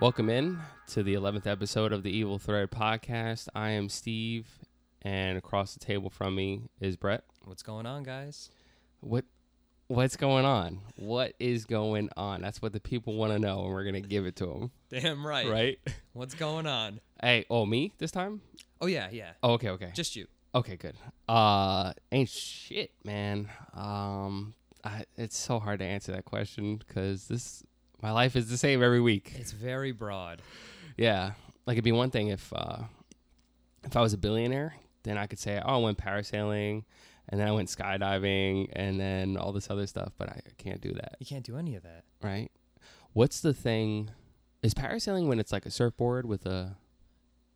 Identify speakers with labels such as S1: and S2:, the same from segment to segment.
S1: Welcome in to the 11th episode of the Evil Thread podcast. I am Steve, and across the table from me is Brett.
S2: What's going on, guys?
S1: What what's going on? What is going on? That's what the people want to know, and we're going to give it to them,
S2: Damn right.
S1: right?
S2: What's going on?
S1: hey, oh me this time?
S2: Oh yeah, yeah.
S1: Oh, okay, okay.
S2: Just you.
S1: Okay, good. Uh, ain't shit, man. Um, I, it's so hard to answer that question because this my life is the same every week.
S2: It's very broad.
S1: Yeah, like it'd be one thing if uh, if I was a billionaire, then I could say, oh, I went parasailing, and then I went skydiving, and then all this other stuff. But I can't do that,
S2: You can't do any of that.
S1: right? What's the thing? Is parasailing when it's like a surfboard with a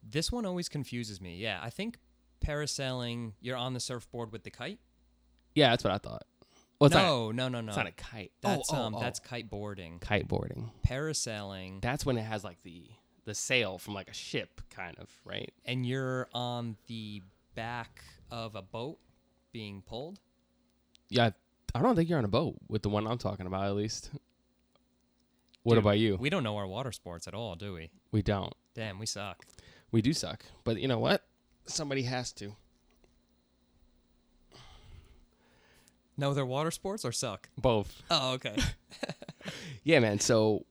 S2: This one always confuses me. Yeah, I think parasailing, you're on the surfboard with the kite.
S1: yeah? That's what I thought. Well, it's, not,
S2: no, no, no, no.
S1: it's not a kite. Oh,
S2: that's
S1: oh,
S2: um,
S1: oh.
S2: that's kite boarding.
S1: kite boarding.
S2: Parasailing,
S1: that's when it has like the the sail from like a ship kind of right
S2: and you're on the back of a boat being pulled.
S1: yeah i don't think you're on a boat with the one i'm talking about at least what
S2: Dude,
S1: about you we,
S2: We don't know our water sports at all, do we?
S1: don't
S2: Damn, we suck.
S1: we do suck but you know what somebody has to
S2: No, they're water sports or suck.
S1: both
S2: Oh, okay.
S1: yeah man so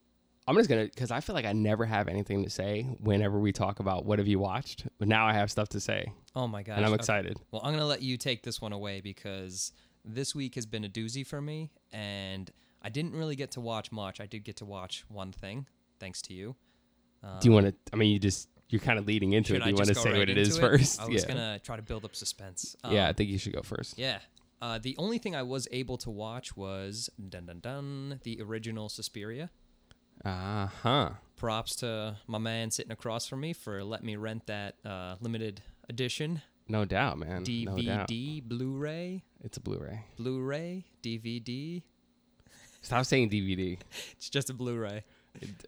S1: i'm just gonna because i feel like i never have anything to say whenever we talk about what have you watched but now i have stuff to say
S2: oh my gosh.
S1: and i'm
S2: okay.
S1: excited
S2: Well, I'm going to let you take this one away because this week has been a doozy for me, and I didn't really get to watch much. I did get to watch one thing, thanks to you. Um,
S1: do you want to i mean you just you're kind of leading into it
S2: should
S1: do
S2: I
S1: you want to
S2: just
S1: say
S2: go right
S1: what it
S2: into
S1: is first
S2: I was
S1: yeah
S2: gonna try to build up suspense. Um,
S1: yeah i think you should go first
S2: yeah. Uh, the only thing I was able to watch was dun dun dun the original Suspiria.
S1: uh-huh
S2: Props to my man sitting across from me for letting me rent that uh, limited edition
S1: no doubt man no doubt.
S2: DVD, Blu-ray,
S1: it's a blu-ray
S2: Blu-ray, DVD.
S1: Stop saying DVD.
S2: It's just a Blu-ray.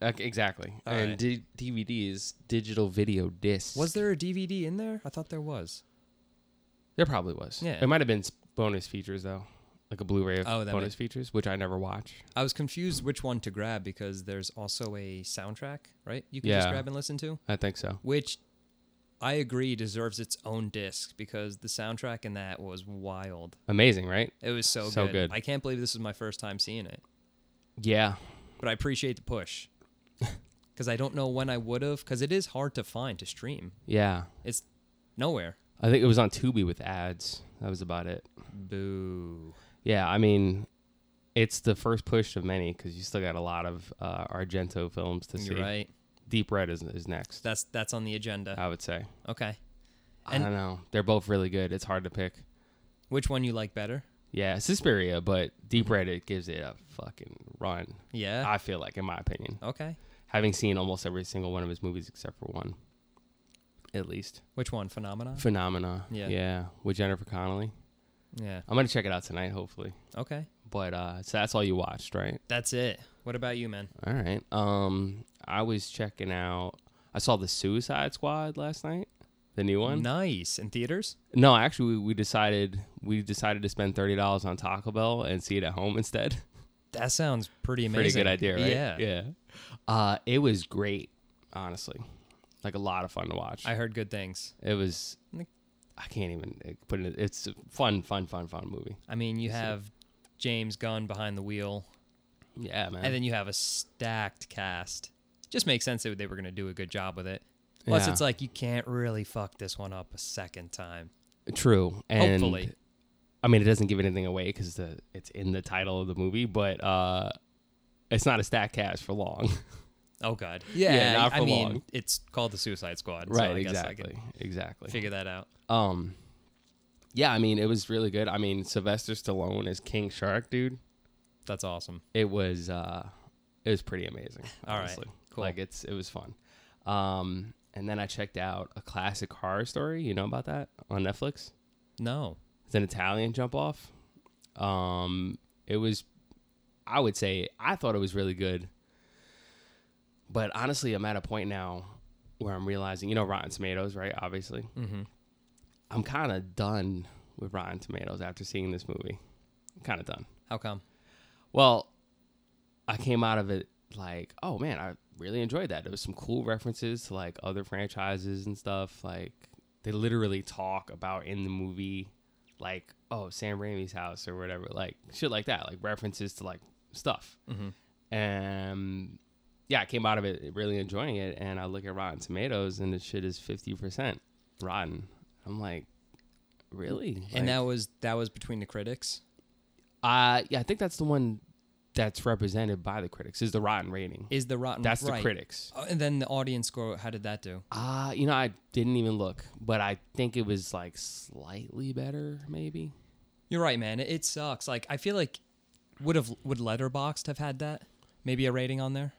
S1: Okay, exactly.
S2: All
S1: and
S2: right.
S1: di- DVD is digital video disc.
S2: Was there a DVD in there? I thought there was.
S1: There probably was.
S2: Yeah.
S1: It might have been s- bonus features though, like a Blu-ray of
S2: Oh, that
S1: bonus features, which I never watch.
S2: I was confused which one to grab because there's also a soundtrack, right? You can just
S1: Yeah.
S2: grab and listen to,
S1: I think so.
S2: which I agree deserves its own disc because the soundtrack in that was wild.
S1: Amazing, right?
S2: It was so,
S1: So good.
S2: I can't believe this is my first time seeing it,
S1: Yeah.
S2: but I appreciate the push because I don't know when I would have because it is hard to find to stream.
S1: Yeah.
S2: It's nowhere.
S1: I think it was on Tubi with ads. That was about it.
S2: Boo.
S1: Yeah. I mean, it's the first push of many because you still got a lot of uh, Argento films to
S2: You're
S1: see.
S2: right.
S1: Deep Red is, is next.
S2: That's that's on the agenda.
S1: I would say.
S2: Okay.
S1: I
S2: And-
S1: don't know. They're both really good. It's hard to pick.
S2: Which one you like better?
S1: Yeah, Suspiria, but Deep Red it gives it a fucking run.
S2: Yeah.
S1: I feel like, in my opinion,
S2: okay.
S1: having seen almost every single one of his movies except for one, at least.
S2: Which one? Phenomena?
S1: Phenomena.
S2: Yeah.
S1: yeah, with Jennifer Connelly.
S2: Yeah.
S1: I'm gonna check it out tonight, hopefully.
S2: Okay.
S1: But uh, so that's all you watched, right?
S2: That's it. What about you, man?
S1: All right. Um, I was checking out. I saw the Suicide Squad last night, the new one.
S2: Nice. In theaters?
S1: No, actually, we, we decided we decided to spend thirty dollars on Taco Bell and see it at home instead.
S2: That sounds pretty amazing.
S1: pretty good idea, right?
S2: Yeah.
S1: Yeah. Uh, it was great, honestly. Like a lot of fun to watch.
S2: I heard good things.
S1: it was. I can't even uh, put it. It's a fun, fun, fun, fun movie.
S2: I mean, you have James Gunn behind the wheel,
S1: Yeah, man.
S2: and then you have a stacked cast. Just makes sense that they were going to do a good job with it. Plus,
S1: Yeah.
S2: it's uh, like you can't really fuck this one up a second time.
S1: True. And
S2: Hopefully.
S1: I mean, it doesn't give anything away because the it's in the title of the movie, but uh, it's not a stack cast for long.
S2: Oh God.
S1: Yeah, not
S2: I- I
S1: for
S2: mean,
S1: long.
S2: it's called the Suicide Squad.
S1: right.
S2: So I Guess I
S1: exactly.
S2: can
S1: Exactly.
S2: figure that out.
S1: Um, yeah. I mean, it was really good. I mean, Sylvester Stallone is King Shark, dude.
S2: That's awesome.
S1: it was uh it was pretty amazing
S2: All right,
S1: honestly
S2: cool.
S1: like it's it was fun um and then i checked out a classic horror story you know about that on netflix
S2: No.
S1: it's an italian jump off um it was i would say i thought it was really good but honestly i'm at a point now where i'm realizing you know rotten tomatoes right obviously
S2: Mm-hmm.
S1: i'm kind of done with rotten tomatoes after seeing this movie i'm kind of done
S2: How come?
S1: well, I came out of it like, oh man, I really enjoyed that. There was some cool references to like other franchises and stuff. Like they literally talk about in the movie, like oh Sam Raimi's house or whatever, like shit like that, like references to like stuff.
S2: Mm-hmm.
S1: And yeah, I came out of it really enjoying it. And I look at Rotten Tomatoes and the shit is fifty percent rotten. I'm like, really? Like-
S2: and that was that was between the critics.
S1: uh, yeah, I think that's the one that's represented by the critics is the rotten rating.
S2: Is the rotten?
S1: that's the
S2: right.
S1: critics.
S2: Uh, and then the audience score. How did that do?
S1: Uh, you know, I didn't even look, but I think it was like slightly better, maybe.
S2: You're right, man. It, it sucks. Like I feel like would have would Letterboxd have had that? Maybe a rating on there.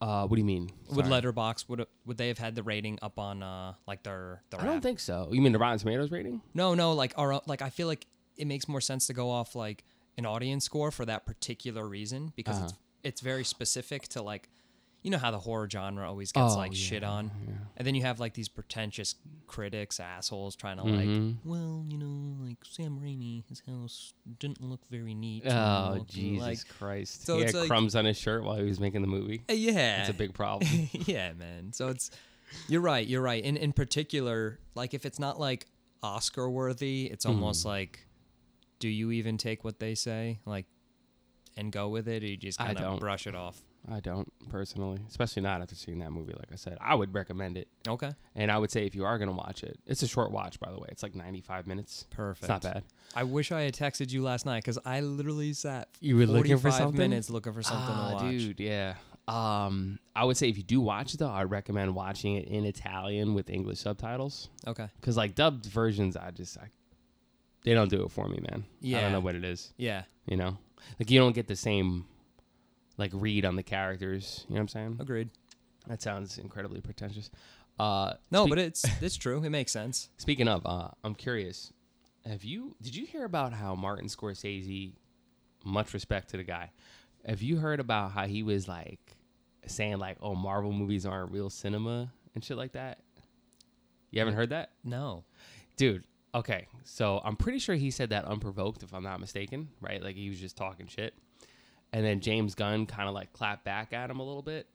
S1: Uh, what do you mean?
S2: Would
S1: Sorry.
S2: Letterbox would would they have had the rating up on uh like their their
S1: I don't
S2: app?
S1: think so. You mean the Rotten Tomatoes rating?
S2: No, no, like our like I feel like it makes more sense to go off like an audience score for that particular reason because
S1: Uh-huh.
S2: it's it's very specific to like you know how the horror genre always gets
S1: Oh,
S2: like shit on. And then you have like these pretentious critics, assholes trying to like,
S1: Mm-hmm.
S2: well, you know, like Sam Raimi, his house didn't look very neat. you know,
S1: Oh
S2: and,
S1: Jesus
S2: Like,
S1: Christ!
S2: so
S1: he
S2: it's
S1: had
S2: like-
S1: crumbs on his shirt while he was making the movie.
S2: yeah.
S1: It's a big problem.
S2: yeah, man. So it's you're right, you're right. And in particular, like if it's not like Oscar worthy, it's
S1: Mm.
S2: almost like do you even take what they say? Like and go with it or you just
S1: I
S2: kind of
S1: don't.
S2: brush it off.
S1: I don't personally, especially not after seeing that movie. Like I said, I would recommend it,
S2: Okay.
S1: and I would say if you are gonna watch it, it's a short watch, by the way. It's like ninety-five minutes.
S2: Perfect.
S1: It's not bad.
S2: I wish I had texted you last night cuz I literally sat
S1: You were looking for
S2: 45
S1: something?
S2: minutes looking for something
S1: Ah,
S2: to watch.
S1: dude. Yeah. Um, I would say if you do watch it though, I recommend watching it in Italian with English subtitles
S2: Okay.
S1: because like dubbed versions, I just I, they don't do it for me, man. I
S2: Yeah.
S1: don't know what it is.
S2: Yeah.
S1: You know, like you don't get the same like read on the characters. You know what I'm saying?
S2: Agreed.
S1: That sounds incredibly pretentious. Uh,
S2: No,
S1: speak-
S2: but it's it's true. It makes sense.
S1: Speaking of, uh, I'm curious. Have you did you hear about how Martin Scorsese? Much respect to the guy. Have you heard about how he was like saying like, "Oh, Marvel movies aren't real cinema" and shit like that? You haven't heard that,
S2: No.
S1: dude? Okay, so I'm pretty sure he said that unprovoked, if I'm not mistaken, right? Like he was just talking shit, and then James Gunn kind of like clapped back at him a little bit,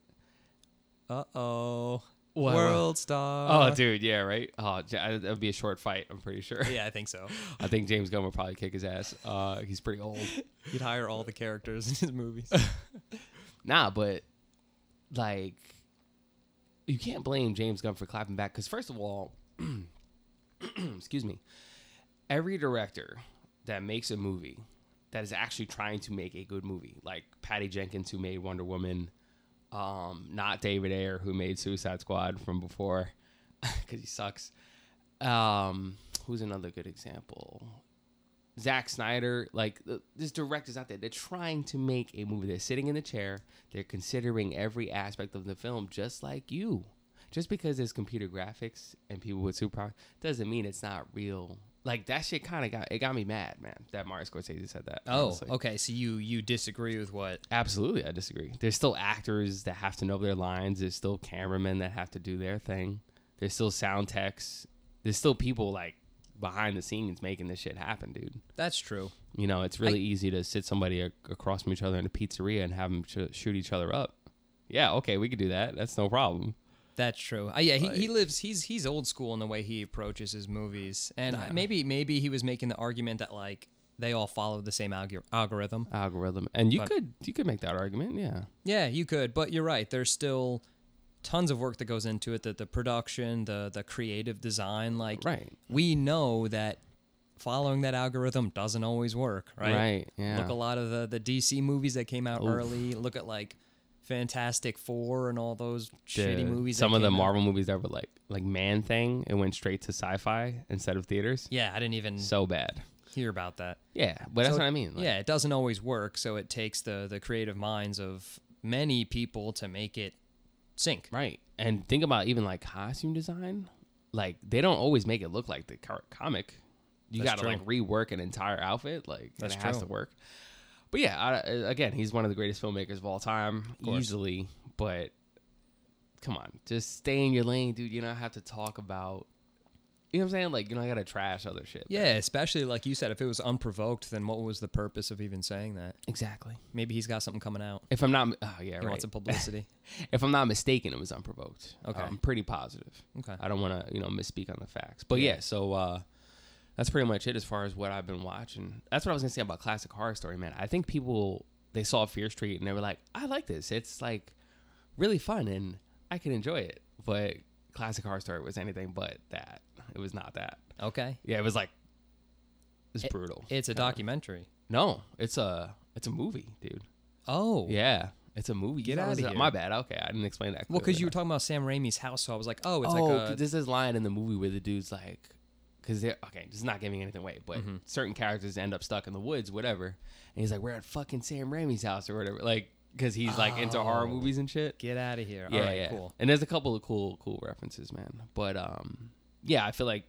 S2: Uh-oh.
S1: What-
S2: World star.
S1: Oh, dude, yeah, right. Oh, j- I- that'd be a short fight. I'm pretty sure.
S2: Yeah, I think so.
S1: I think James Gunn would probably kick his ass. Uh, he's pretty old.
S2: He'd hire all the characters in his movies.
S1: Nah, but like, you can't blame James Gunn for clapping back because first of all, excuse me, every director that makes a movie that is actually trying to make a good movie, like Patty Jenkins who made Wonder Woman, um, not David Ayer who made Suicide Squad from before because he sucks. Um, who's another good example? Zack Snyder, like th- there's directors out there, they're trying to make a movie. They're sitting in the chair, they're considering every aspect of the film, just like you. Just because there's computer graphics and people with superpowers doesn't mean it's not real. Like that shit kind of got it got me mad, man. That Martin Scorsese said that.
S2: Oh,
S1: honestly.
S2: okay. So you you disagree with what?
S1: Absolutely, I disagree. There's still actors that have to know their lines. There's still cameramen that have to do their thing. There's still sound techs. There's still people like behind the scenes making this shit happen, dude.
S2: That's true.
S1: You know, it's really easy to sit somebody ac- across from each other in a pizzeria and have them ch- shoot each other up. Yeah, okay, we could do that. That's no problem.
S2: That's true. Uh, yeah, he, he lives. He's he's old school in the way he approaches his movies, and I- maybe maybe he was making the argument that like they all follow the same alg- algorithm.
S1: Algorithm, and you could you could make that argument. Yeah,
S2: Yeah, you could, but you're right. There's still tons of work that goes into it. The the production, the the creative design. Like
S1: Right.
S2: we know that following that algorithm doesn't always work. Right.
S1: Right, yeah.
S2: Look a lot of the the DC movies that came out early. Look at like Fantastic Four and all those shitty
S1: Dude,
S2: movies. that
S1: Some of the
S2: came out.
S1: Marvel movies that were like like Man Thing, it went straight to sci-fi instead of theaters.
S2: Yeah, I didn't even
S1: So bad.
S2: hear about that.
S1: Yeah, but that's
S2: So-
S1: what I mean. Like,
S2: yeah, it doesn't always work, so it takes the the creative minds of many people to make it sync.
S1: Right. And think about even like costume design. Like they don't always make it look like the car- comic. You got
S2: That's
S1: to like rework an entire outfit. Like
S2: That's
S1: That's it has
S2: true.
S1: to work. But yeah, I, uh, again, he's one of the greatest filmmakers of all time,
S2: course.
S1: easily. But come on, just stay in your lane, dude. You don't have to talk about You know what I'm saying? Like, you know, I gotta trash other shit. but-
S2: Yeah, especially like you said, if it was unprovoked, then what was the purpose of even saying that?
S1: exactly.
S2: Maybe he's got something coming out.
S1: If I'm not, oh yeah,
S2: He
S1: right.
S2: wants some publicity.
S1: if I'm not mistaken, it was unprovoked.
S2: Okay.
S1: I'm pretty positive.
S2: Okay.
S1: I don't want to, you know, misspeak on the facts. But yeah, so uh, that's pretty much it as far as what I've been watching. That's what I was gonna say about classic horror story, man. I think people they saw Fear Street and they were like, I like this. It's like really fun and I can enjoy it. But classic horror story was anything but that. It was not that.
S2: Okay.
S1: Yeah, it was like
S2: Eh,
S1: it's brutal.
S2: It's a documentary.
S1: no, it's a it's a movie, dude.
S2: Oh.
S1: Yeah, it's a movie.
S2: Get
S1: That
S2: outta
S1: was-
S2: here.
S1: My bad. Okay, I didn't explain that.
S2: Well, because
S1: clearly
S2: you were talking about Sam Raimi's house, so I was like, oh, it's
S1: oh,
S2: like a.
S1: 'cause there's this line in the movie where the dude's like, because they're okay, this is not giving anything away, but
S2: Mm-hmm.
S1: certain characters end up stuck in the woods, whatever. And he's like, we're at fucking Sam Raimi's house or whatever, like, because he's like into horror
S2: Oh.
S1: movies and shit.
S2: Get out of here.
S1: Yeah,
S2: All right,
S1: yeah.
S2: cool.
S1: And there's a couple of cool, cool references, man. But um, yeah, I feel like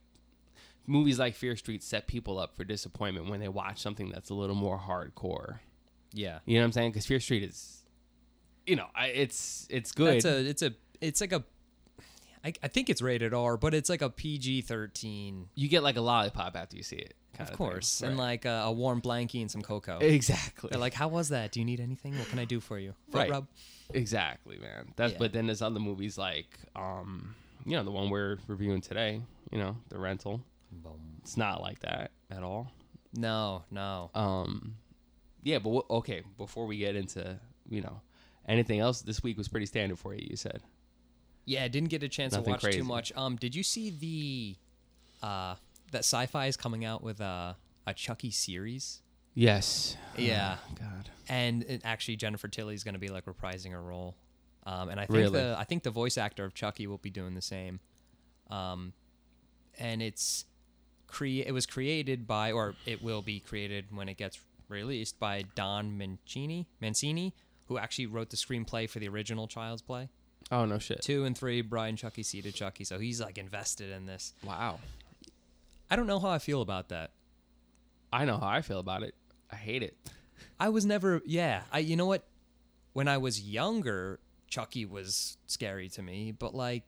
S1: movies like Fear Street set people up for disappointment when they watch something that's a little more hardcore.
S2: Yeah.
S1: You know what I'm saying? Because Fear Street is, you know, I, it's it's good.
S2: That's a. It's a. It's like a. I, I think it's rated R, but it's like a PG thirteen.
S1: you get like a lollipop after you see it.
S2: Of
S1: kinda thing.
S2: course,
S1: Right.
S2: and like a, a warm blankie and some cocoa.
S1: Exactly.
S2: They're like, "How was that? Do you need anything? What can I do for you?" Foot
S1: Right.
S2: rub.
S1: exactly, man. That's
S2: Yeah.
S1: but then there's other movies like um you know, the one we're reviewing today, you know, The Rental.
S2: Boom.
S1: It's not like that at all.
S2: No, no.
S1: Um yeah, but what, okay, before we get into, you know, anything else this week was pretty standard for you, you said.
S2: Yeah, I didn't get a chance to
S1: Nothing
S2: watch
S1: crazy.
S2: too much. Um, did you see the uh that sci-fi is coming out with a a Chucky series?
S1: Yes. Oh
S2: Yeah.
S1: God.
S2: And it, actually Jennifer Tilly's going to be like reprising her role. Um, and I think
S1: Really?
S2: the I think the voice actor of Chucky will be doing the same. Um, and it's cre- it was created by or it will be created when it gets released by Don Mancini, Mancini, who actually wrote the screenplay for the original Child's Play.
S1: Oh no shit.
S2: two and three Brian Chucky seated Chucky, so he's like invested in this.
S1: Wow.
S2: I don't know how I feel about that.
S1: I know how I feel about it. I hate it.
S2: I was never yeah, I you know what? When I was younger, Chucky was scary to me, but like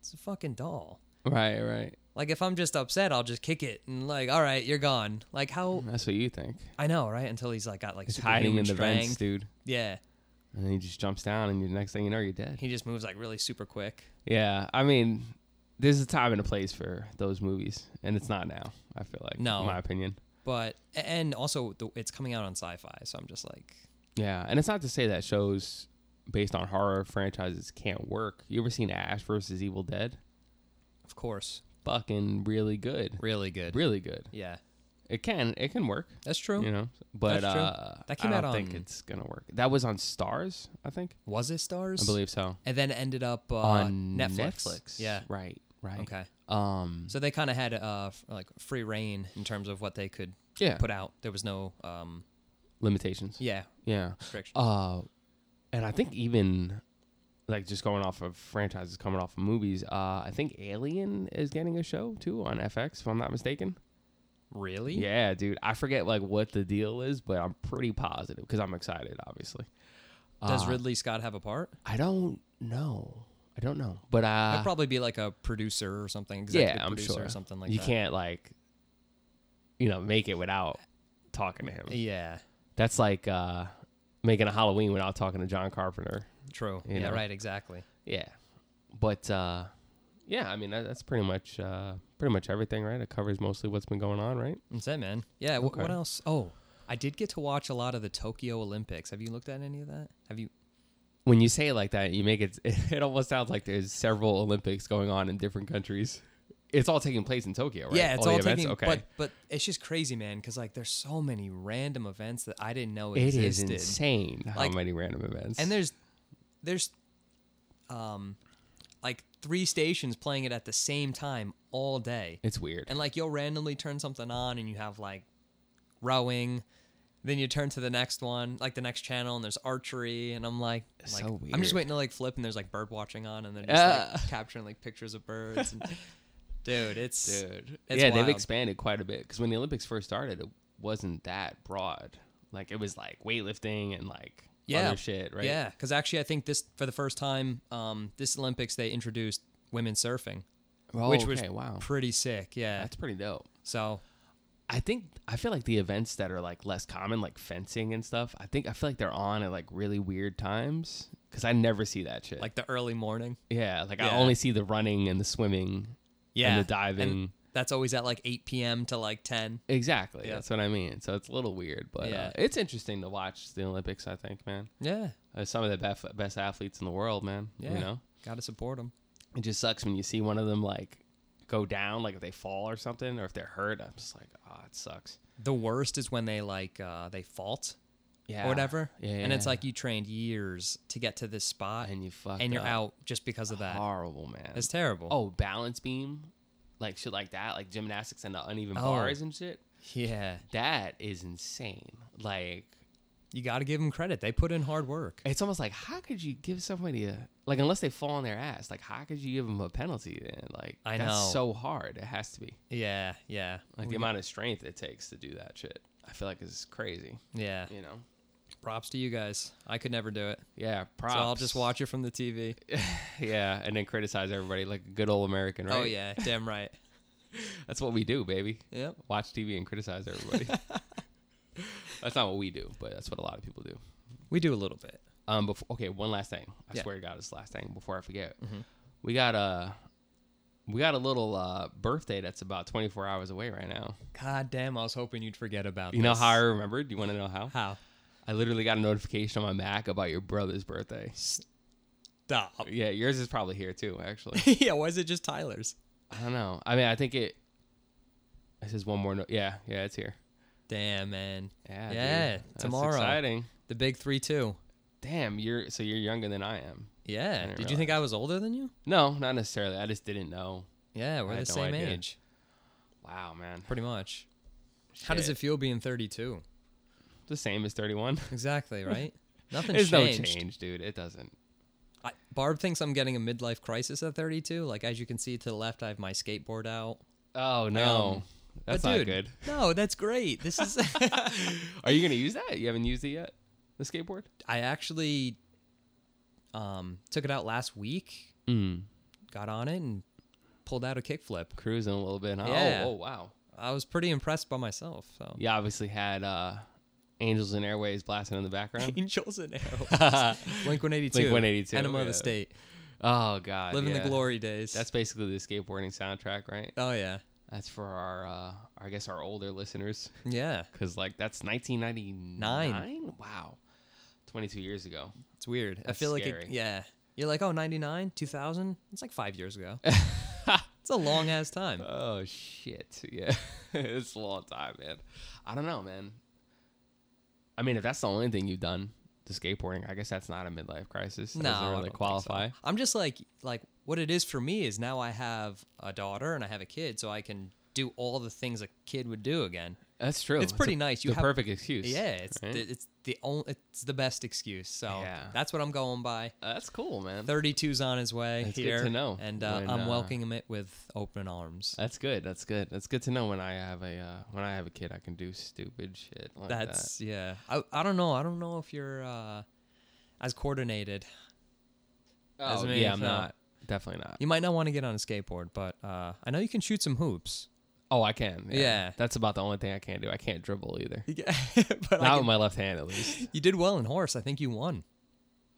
S2: it's a fucking doll.
S1: Right, right.
S2: Like if I'm just upset, I'll just kick it and like, all right, you're gone. Like how
S1: That's what you think.
S2: I know, right? Until he's like got like
S1: It's hiding in the
S2: superhuman
S1: vents,
S2: strength.
S1: dude.
S2: Yeah,
S1: And then he just jumps down and the next thing you know you're dead.
S2: he just moves like really super quick.
S1: Yeah, I mean, there's a time and a place for those movies, and it's not now. I feel like,
S2: No.
S1: in my opinion.
S2: But and also the, it's coming out on Sci-Fi, so I'm just like,
S1: Yeah, and it's not to say that shows based on horror franchises can't work. You ever seen Ash versus Evil Dead?
S2: of course,
S1: Fucking really good,
S2: really good.
S1: really good.
S2: Yeah,
S1: It can, it can work.
S2: that's true.
S1: You know, but
S2: That's true.
S1: uh,
S2: That came
S1: I
S2: out
S1: don't think
S2: on-
S1: it's gonna work. That was on Stars, I think.
S2: Was it Stars?
S1: I believe so.
S2: and then ended up uh,
S1: on
S2: Netflix. Yeah.
S1: right, right.
S2: Okay.
S1: Um,
S2: So they kind of had uh f- like free reign in terms of what they could
S1: yeah,
S2: put out. There was no um
S1: limitations.
S2: yeah
S1: yeah.
S2: restriction.
S1: Uh, and I think even like just going off of franchises, coming off of movies, uh, I think Alien is getting a show too on FX, if I'm not mistaken.
S2: really?
S1: Yeah, dude, I forget like what the deal is, but I'm pretty positive because I'm excited, obviously.
S2: Does
S1: Uh,
S2: Ridley Scott have a part?
S1: I don't know. I don't know, but
S2: I'd
S1: uh,
S2: probably be like a producer or something. Executive
S1: yeah, I'm
S2: producer
S1: sure
S2: or something like
S1: you
S2: that.
S1: can't like, you know, make it without talking to him.
S2: Yeah.
S1: That's like uh, making a Halloween without talking to John Carpenter.
S2: True.
S1: You
S2: yeah.
S1: know.
S2: Right. Exactly.
S1: Yeah, but uh, yeah, I mean that, that's pretty much uh, pretty much everything, right? It covers mostly what's been going on, right?
S2: That's it, man. Yeah. wh-
S1: Okay.
S2: What else? Oh, I did get to watch a lot of the Tokyo Olympics. Have you looked at any of that? Have you?
S1: When you say it like that, you make it. It almost sounds like there's several Olympics going on in different countries. It's all taking place in Tokyo, right?
S2: Yeah, it's all,
S1: the events?
S2: taking. But but it's just crazy, man. Because like there's so many random events that I didn't know
S1: it is
S2: existed.
S1: insane how
S2: Like-
S1: many random events.
S2: And there's there's um like three stations playing it at the same time all day.
S1: it's weird.
S2: And like you'll randomly turn something on and you have like rowing, then you turn to the next one, like the next channel and there's archery and I'm like, like
S1: So
S2: I'm
S1: weird.
S2: just waiting to like flip and there's like bird watching on and they're just like capturing like pictures of birds and dude, it's
S1: Dude,
S2: it's
S1: yeah,
S2: wild.
S1: they've expanded quite a bit because when the Olympics first started, it wasn't that broad. Like it was like weightlifting and like
S2: Yeah.
S1: other shit, right?
S2: Yeah, cuz actually I think this for the first time um this Olympics they introduced women surfing.
S1: Oh,
S2: which was
S1: okay, wow.
S2: pretty sick. Yeah.
S1: That's pretty dope.
S2: so
S1: I think I feel like the events that are like less common, like fencing and stuff. I think I feel like they're on at like really weird times because I never see that shit.
S2: like the early morning.
S1: yeah, like I
S2: yeah.
S1: only see the running and the swimming.
S2: Yeah.
S1: the diving.
S2: that's always at like 8 p.m. to like 10.
S1: Exactly,
S2: Yeah.
S1: that's what I mean. So it's a little weird, but uh,
S2: Yeah.
S1: it's interesting to watch the Olympics. I think, man,
S2: Yeah.
S1: uh, some of the best best athletes in the world, man.
S2: Yeah.
S1: You know,
S2: Got to support them.
S1: it just sucks when you see one of them like go down, like if they fall or something, or if they're hurt. I'm just like, oh, it sucks.
S2: The worst is when they like uh, they fault
S1: Yeah,
S2: or whatever.
S1: Yeah,
S2: And it's
S1: yeah.
S2: like you trained years to get to this spot and,
S1: and you fuck
S2: you're out just because of that.
S1: Horrible, man.
S2: It's terrible.
S1: Oh, balance beam, like shit like that, like gymnastics and the uneven
S2: Oh.
S1: bars and shit.
S2: yeah.
S1: That is insane. Like
S2: You got to give them credit. They put in hard work.
S1: it's almost like how could you give somebody a like unless they fall on their ass, like how could you give them a penalty then? Like
S2: I
S1: that's
S2: know.
S1: so hard. It has to be.
S2: Yeah. Yeah.
S1: Like the amount of strength it takes to do that shit. I feel like is crazy,
S2: Yeah.
S1: you know.
S2: Props to you guys. I could never do it.
S1: Yeah, props.
S2: So I'll just watch it from the TV.
S1: Yeah, and then criticize everybody like a good old American, right?
S2: Oh yeah, damn right.
S1: That's what we do, baby.
S2: Yep.
S1: Watch TV and criticize everybody. that's not what we do, but that's what a lot of people do.
S2: We do a little bit.
S1: Um, before, okay, one last thing. I
S2: Yeah. Mm-hmm.
S1: swear to God, this last thing before I forget. We got a we got a little uh, birthday that's about 24 hours away right now.
S2: God damn, I was hoping you'd forget about
S1: You know
S2: this.
S1: how I remembered? Do you want to know how?
S2: How?
S1: I literally got a notification on my Mac about your brother's birthday.
S2: Stop.
S1: Yeah, yours is probably here too. Actually,
S2: yeah, why is it just Tyler's?
S1: I don't know. I mean, I think it. It says one more. No- yeah, yeah, it's here.
S2: Damn, man.
S1: Yeah, dude.
S2: Yeah,
S1: That's
S2: tomorrow.
S1: Exciting.
S2: The big three two.
S1: Damn, you're so you're younger than I am.
S2: Yeah.
S1: didn't
S2: Did you think I was older than you?
S1: No, not necessarily. I just didn't know.
S2: Yeah, we're
S1: I
S2: the
S1: had no
S2: same
S1: idea.
S2: age,
S1: Wow, man.
S2: pretty much. How does
S1: Shit.
S2: it feel being thirty two?
S1: The same as 31.
S2: Exactly, right? Nothing's
S1: There's
S2: changed.
S1: no change, dude. It doesn't.
S2: I, Barb thinks I'm getting a midlife crisis at 32. Like as you can see to the left, I have my skateboard out.
S1: Oh no,
S2: Um,
S1: that's
S2: but
S1: not
S2: dude,
S1: good.
S2: No, that's great. This is
S1: Are you gonna use that? You haven't used it yet. The skateboard.
S2: I actually um, took it out last week,
S1: Mm.
S2: got on it, and pulled out a kickflip.
S1: Cruising a little bit. Huh?
S2: Yeah.
S1: Oh, oh wow.
S2: I was pretty impressed by myself. So
S1: You obviously had uh, Angels and Airways blasting in the background.
S2: angels and arrows, Blink One Eighty Two,
S1: Blink 182,
S2: Enema of
S1: yeah.
S2: the State,
S1: oh god,
S2: Living
S1: yeah.
S2: the Glory days.
S1: That's basically the skateboarding soundtrack, right?
S2: oh yeah,
S1: That's for our, uh, I guess, our older listeners,
S2: yeah.
S1: because like that's 1999. Wow, 22 years ago.
S2: It's weird. I
S1: That's
S2: feel like
S1: scary.
S2: it, yeah. You're like, oh, 99, 2000. It's like five years ago. it's a long ass time.
S1: Oh shit, yeah, it's a long time, man. I don't know, man. I mean, if that's the only thing you've done, the skateboarding, I guess that's not a midlife crisis. That
S2: no, I
S1: doesn't
S2: don't
S1: really
S2: think so.
S1: qualify.
S2: I'm just like, like what it is for me is now I have a daughter and I have a kid, so I can do all the things a kid would do again.
S1: That's true.
S2: It's
S1: a-
S2: pretty nice. You
S1: the
S2: have-
S1: perfect excuse.
S2: Yeah, it's
S1: right?
S2: the, it's the only it's the best excuse. So
S1: Yeah.
S2: that's what I'm going by.
S1: that's cool, man.
S2: 32's on his way
S1: That's good
S2: here.
S1: to know
S2: And uh,
S1: when,
S2: I'm
S1: uh,
S2: welcoming it with open arms.
S1: That's good. That's good. That's good to know. When I have a uh, when I have a kid, I can do stupid shit like that.
S2: That's yeah. I I don't know. I don't know if you're uh, as coordinated. as
S1: Oh,
S2: me,
S1: yeah, I'm
S2: so-
S1: not. Definitely not.
S2: You might not want to get on a skateboard, but uh, I know you can shoot some hoops.
S1: Oh, I can. Yeah.
S2: Yeah.
S1: That's about the only thing I can't do. I can't dribble either.
S2: You get- but I
S1: Not
S2: can-
S1: with my left hand, at least.
S2: you did well in horse. I think you won.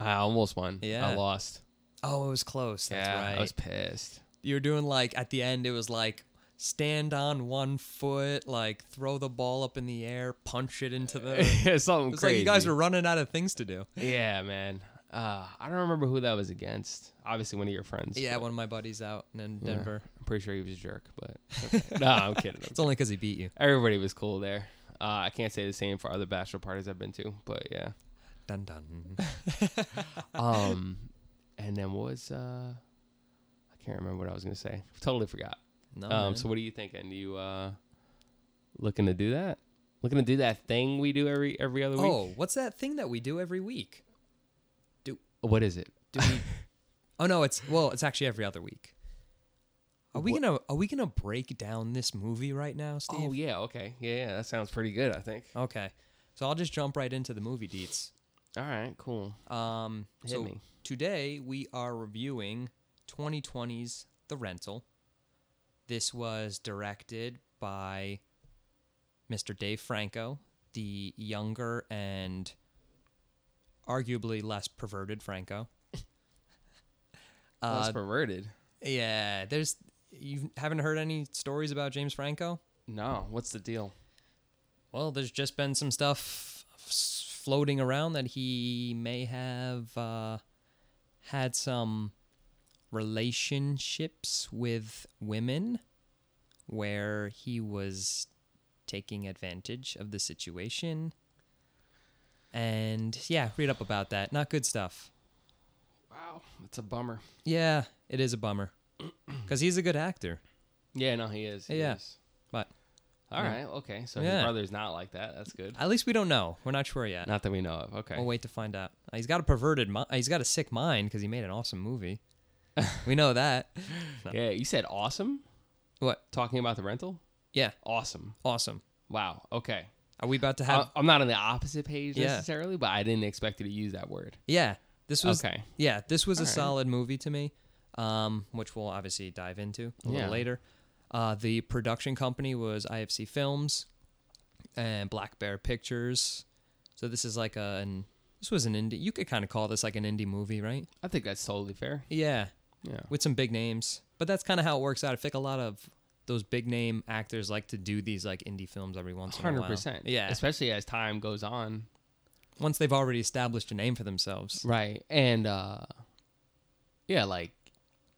S1: I almost won.
S2: Yeah.
S1: I lost.
S2: Oh, it was close. That's
S1: yeah.
S2: right.
S1: I was pissed.
S2: you were doing like at the end. It was like stand on one foot, like throw the ball up in the air, punch it into the.
S1: Something
S2: It's like
S1: crazy.
S2: you guys were running out of things to do.
S1: Yeah, man. Uh, I don't remember who that was against. Obviously, one of your friends.
S2: Yeah,
S1: but
S2: one of my buddies out in Denver.
S1: I'm pretty sure he was a jerk, but okay. no, I'm kidding. I'm
S2: It's only because he beat you.
S1: Everybody was cool there. Uh, I can't say the same for other bachelor parties I've been to, but yeah.
S2: Dun dun.
S1: Um, and then what was uh, I can't remember what I was gonna say. Totally forgot.
S2: No.
S1: um,
S2: man.
S1: so what are you thinking? You uh, looking to do that? Looking to do that thing we do every every other week?
S2: Oh, what's that thing that we do every week?
S1: What is it?
S2: Do we? oh no, it's well, it's actually every other week. Are we gonna Are we gonna break down this movie right now,
S1: Oh
S2: Steve?
S1: yeah, okay, yeah, yeah. That sounds pretty good. I think.
S2: Okay, so I'll just jump right into the movie deets.
S1: All right, cool.
S2: Um,
S1: Hit
S2: so
S1: me.
S2: today we are reviewing 2020's The Rental, This was directed by Mr. Dave Franco, the younger and arguably less perverted Franco.
S1: Well, it's
S2: Uh,
S1: perverted.
S2: yeah, there's you haven't heard any stories about James Franco?
S1: No, what's the deal?
S2: Well, there's just been some stuff f- floating around that he may have uh, had some relationships with women where he was taking advantage of the situation. And yeah, read up about that. Not good stuff.
S1: Wow, it's a bummer.
S2: Yeah, it is a bummer. Because he's a good actor.
S1: Yeah, no, he is. He
S2: Yeah.
S1: is.
S2: But
S1: All
S2: Yeah.
S1: right, okay. So
S2: Yeah.
S1: his brother's not like that. That's good.
S2: at least we don't know. We're not sure yet.
S1: Not that we know of. Okay.
S2: We'll wait to find out. Uh, He's got a perverted mind. He's got a sick mind because he made an awesome movie. we know that.
S1: Yeah, you said awesome?
S2: What?
S1: Talking about the rental?
S2: Yeah,
S1: Awesome.
S2: awesome.
S1: Wow. Okay.
S2: Are we about to have?
S1: I, I'm not on the opposite page
S2: Yeah.
S1: necessarily, but I didn't expect you to use that word.
S2: yeah, this was.
S1: okay.
S2: Yeah, this was a
S1: All right.
S2: solid movie to me, um, which we'll obviously dive into a
S1: Yeah.
S2: little later. Uh, the production company was IFC Films and Black Bear Pictures. So this is like a an, this was an indie. You could kind of call this like an indie movie, right?
S1: I think that's totally fair.
S2: Yeah.
S1: Yeah.
S2: with some big names. But that's kind of how it works out. I think a lot of those big name actors like to do these like indie films every once in a while.
S1: 100%.
S2: Oh, Yeah.
S1: Especially as time goes on.
S2: Once they've already established a name for themselves.
S1: Right. And uh yeah, like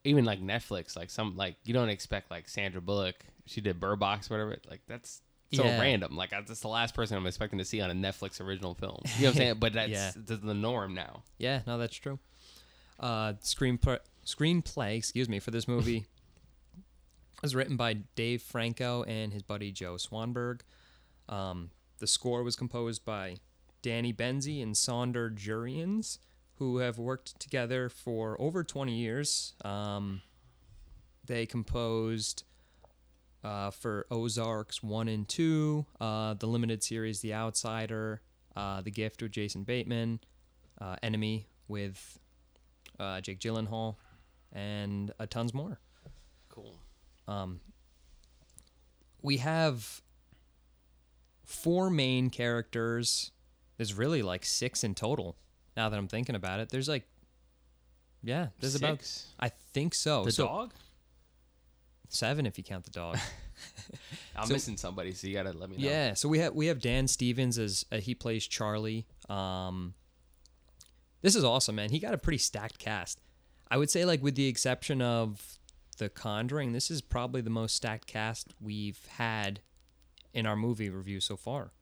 S1: even like Netflix, like some like you don't expect like Sandra Bullock, she did Burr Box, whatever. Like that's so
S2: Yeah.
S1: random. Like I- that's the last person I'm expecting to see on a Netflix original film. You know what I'm saying? But that's
S2: Yeah.
S1: the, the norm now.
S2: Yeah, no, that's true. Uh, screenplay, screenplay, excuse me, for this movie was written by Dave Franco and his buddy Joe Swanberg. Um, the score was composed by Danny Benzi and Sonder Jurians, who have worked together for over 20 years. Um, they composed uh, for Ozarks 1 and 2, uh, the limited series The Outsider, uh, The Gift with Jason Bateman, uh, Enemy with uh, Jake Gyllenhaal, and a tons more.
S1: Cool.
S2: Um, We have four main characters. There's really like six in total. Now that I'm thinking about it, there's like, yeah, there's about
S1: Six?
S2: I think so.
S1: the
S2: so
S1: Oh, dog?
S2: seven if you count the dog.
S1: I'm
S2: so-
S1: missing somebody, so you gotta let me know.
S2: Yeah, so we have we have Dan Stevens as uh, he plays Charlie. Um, this is awesome, man. He got a pretty stacked cast. I would say, like with the exception of The Conjuring, this is probably the most stacked cast we've had in our movie review so far.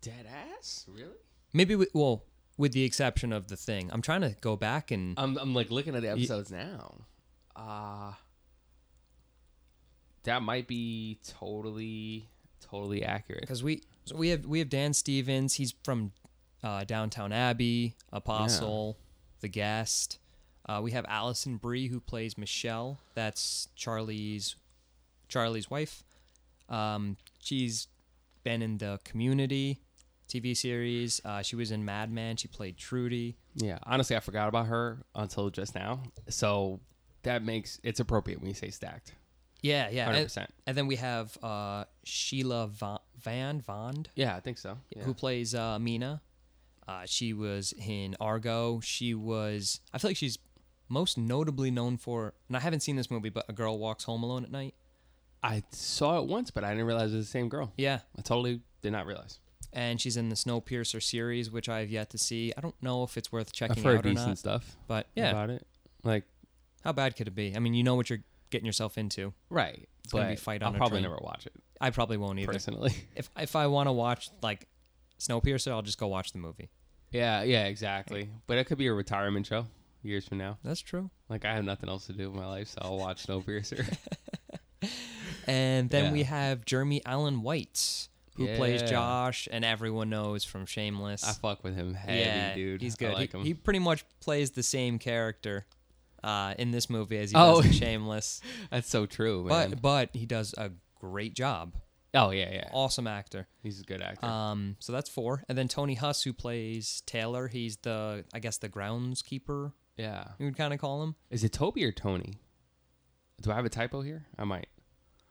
S1: Dead ass? Really?
S2: Maybe with, well, with the exception of The Thing. I'm trying to go back and
S1: I'm I'm like looking at the episodes now. Uh that might be totally totally accurate.
S2: because we so we have we have Dan Stevens. He's from uh, Downtown Abbey, Apostle, The Guest. Uh, we have Allison Brie who plays Michelle. That's Charlie's Charlie's wife. Um, she's been in the Community TV series. Uh, she was in Mad Men. She played Trudy.
S1: Yeah, honestly, I forgot about her until just now. So that makes it's appropriate when you say stacked.
S2: Yeah, yeah.
S1: Hundred
S2: And,
S1: percent.
S2: and then we have uh, Sheila Va- Van Vond.
S1: Yeah, I think so. Yeah.
S2: who plays uh, Mina. Uh, she was in Argo. She was. I feel like she's most notably known for, and I haven't seen this movie, but A Girl Walks Home Alone at Night.
S1: I saw it once, but I didn't realize it was the same girl.
S2: Yeah,
S1: I totally did not realize.
S2: and she's in the Snowpiercer series, which I've yet to see. I don't know if it's worth
S1: I've
S2: checking
S1: heard
S2: out or
S1: decent
S2: not.
S1: stuff
S2: But yeah,
S1: about it. Like
S2: how bad could it be? I mean, you know what you're getting yourself into.
S1: right,
S2: gonna
S1: but
S2: be fight
S1: I'll
S2: on a
S1: probably
S2: train.
S1: never watch it
S2: I probably won't either.
S1: personally.
S2: If if I want to watch like Snowpiercer, I'll just go watch the movie.
S1: yeah, yeah, exactly. But it could be a retirement show years from now.
S2: That's true.
S1: Like I have nothing else to do with my life, so I'll watch Snowpiercer.
S2: And then
S1: Yeah.
S2: we have Jeremy Allen White, who plays
S1: Yeah.
S2: Josh, and everyone knows from Shameless.
S1: I fuck with him heavy, dude.
S2: He's
S1: I
S2: good.
S1: like
S2: he,
S1: him.
S2: he pretty much plays the same character uh, in this movie as he
S1: Oh.
S2: does in Shameless,
S1: That's so true, man.
S2: but but he does a great job.
S1: oh yeah, yeah.
S2: Awesome actor.
S1: He's a good actor.
S2: Um, so that's four, and then Tony Huss, who plays Taylor, he's the I guess the groundskeeper.
S1: yeah.
S2: You would kind of call him.
S1: Is it Toby or Tony? Do I have a typo here? I might.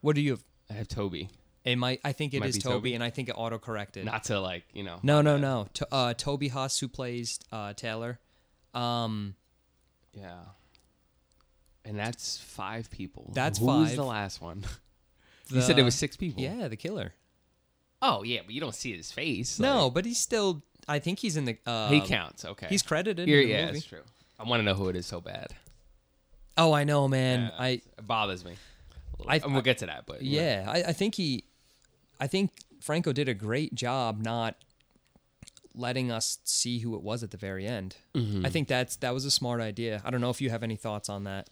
S2: What do you have?
S1: I have Toby.
S2: It might. I think it
S1: Might
S2: is
S1: be
S2: Toby,
S1: Toby.
S2: and I think it auto corrected.
S1: Not to like you know.
S2: no, no, no. To, uh, Toby Haas, who plays uh, Taylor. Um,
S1: Yeah. And that's five people.
S2: That's
S1: Who was
S2: five.
S1: the last one? you said it
S2: the-
S1: was six people.
S2: Yeah, the killer.
S1: Oh yeah, but you don't see his face.
S2: no, but he's still. I think he's in the. Uh,
S1: like- he counts. Okay.
S2: He's credited.
S1: You're-
S2: in the
S1: yeah,
S2: movie.
S1: that's true. I want to know who it is so bad.
S2: Oh, I know, man.
S1: Yeah,
S2: I
S1: it bothers me. A little-
S2: I-
S1: and we'll get to that, but
S2: Yeah, I, I think he, I think Franco did a great job not letting us see who it was at the very end.
S1: Mm-hmm.
S2: I think that's that was a smart idea. I don't know if you have any thoughts on that.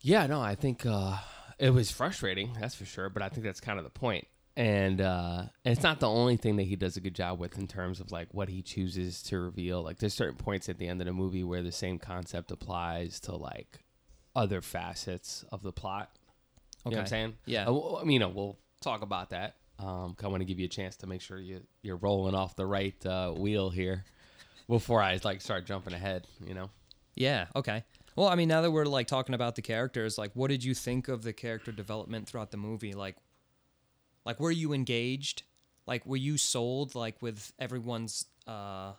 S1: Yeah, no, I think uh, it was frustrating, that's for sure. But I think that's kind of the point. And uh, and it's not the only thing that he does a good job with in terms of like what he chooses to reveal. Like there's certain points at the end of the movie where the same concept applies to like other facets of the plot. You know what I'm
S2: Okay.
S1: saying?
S2: Yeah.
S1: Uh, w- I mean, you know, we'll talk about that. Um, 'cause I want to give you a chance to make sure you you're rolling off the right uh, wheel here before I like start jumping ahead. You know.
S2: Yeah. Okay. Well, I mean, now that we're like talking about the characters, like, what did you think of the character development throughout the movie? Like, like were you engaged? Like, were you sold? Like, with everyone's, uh,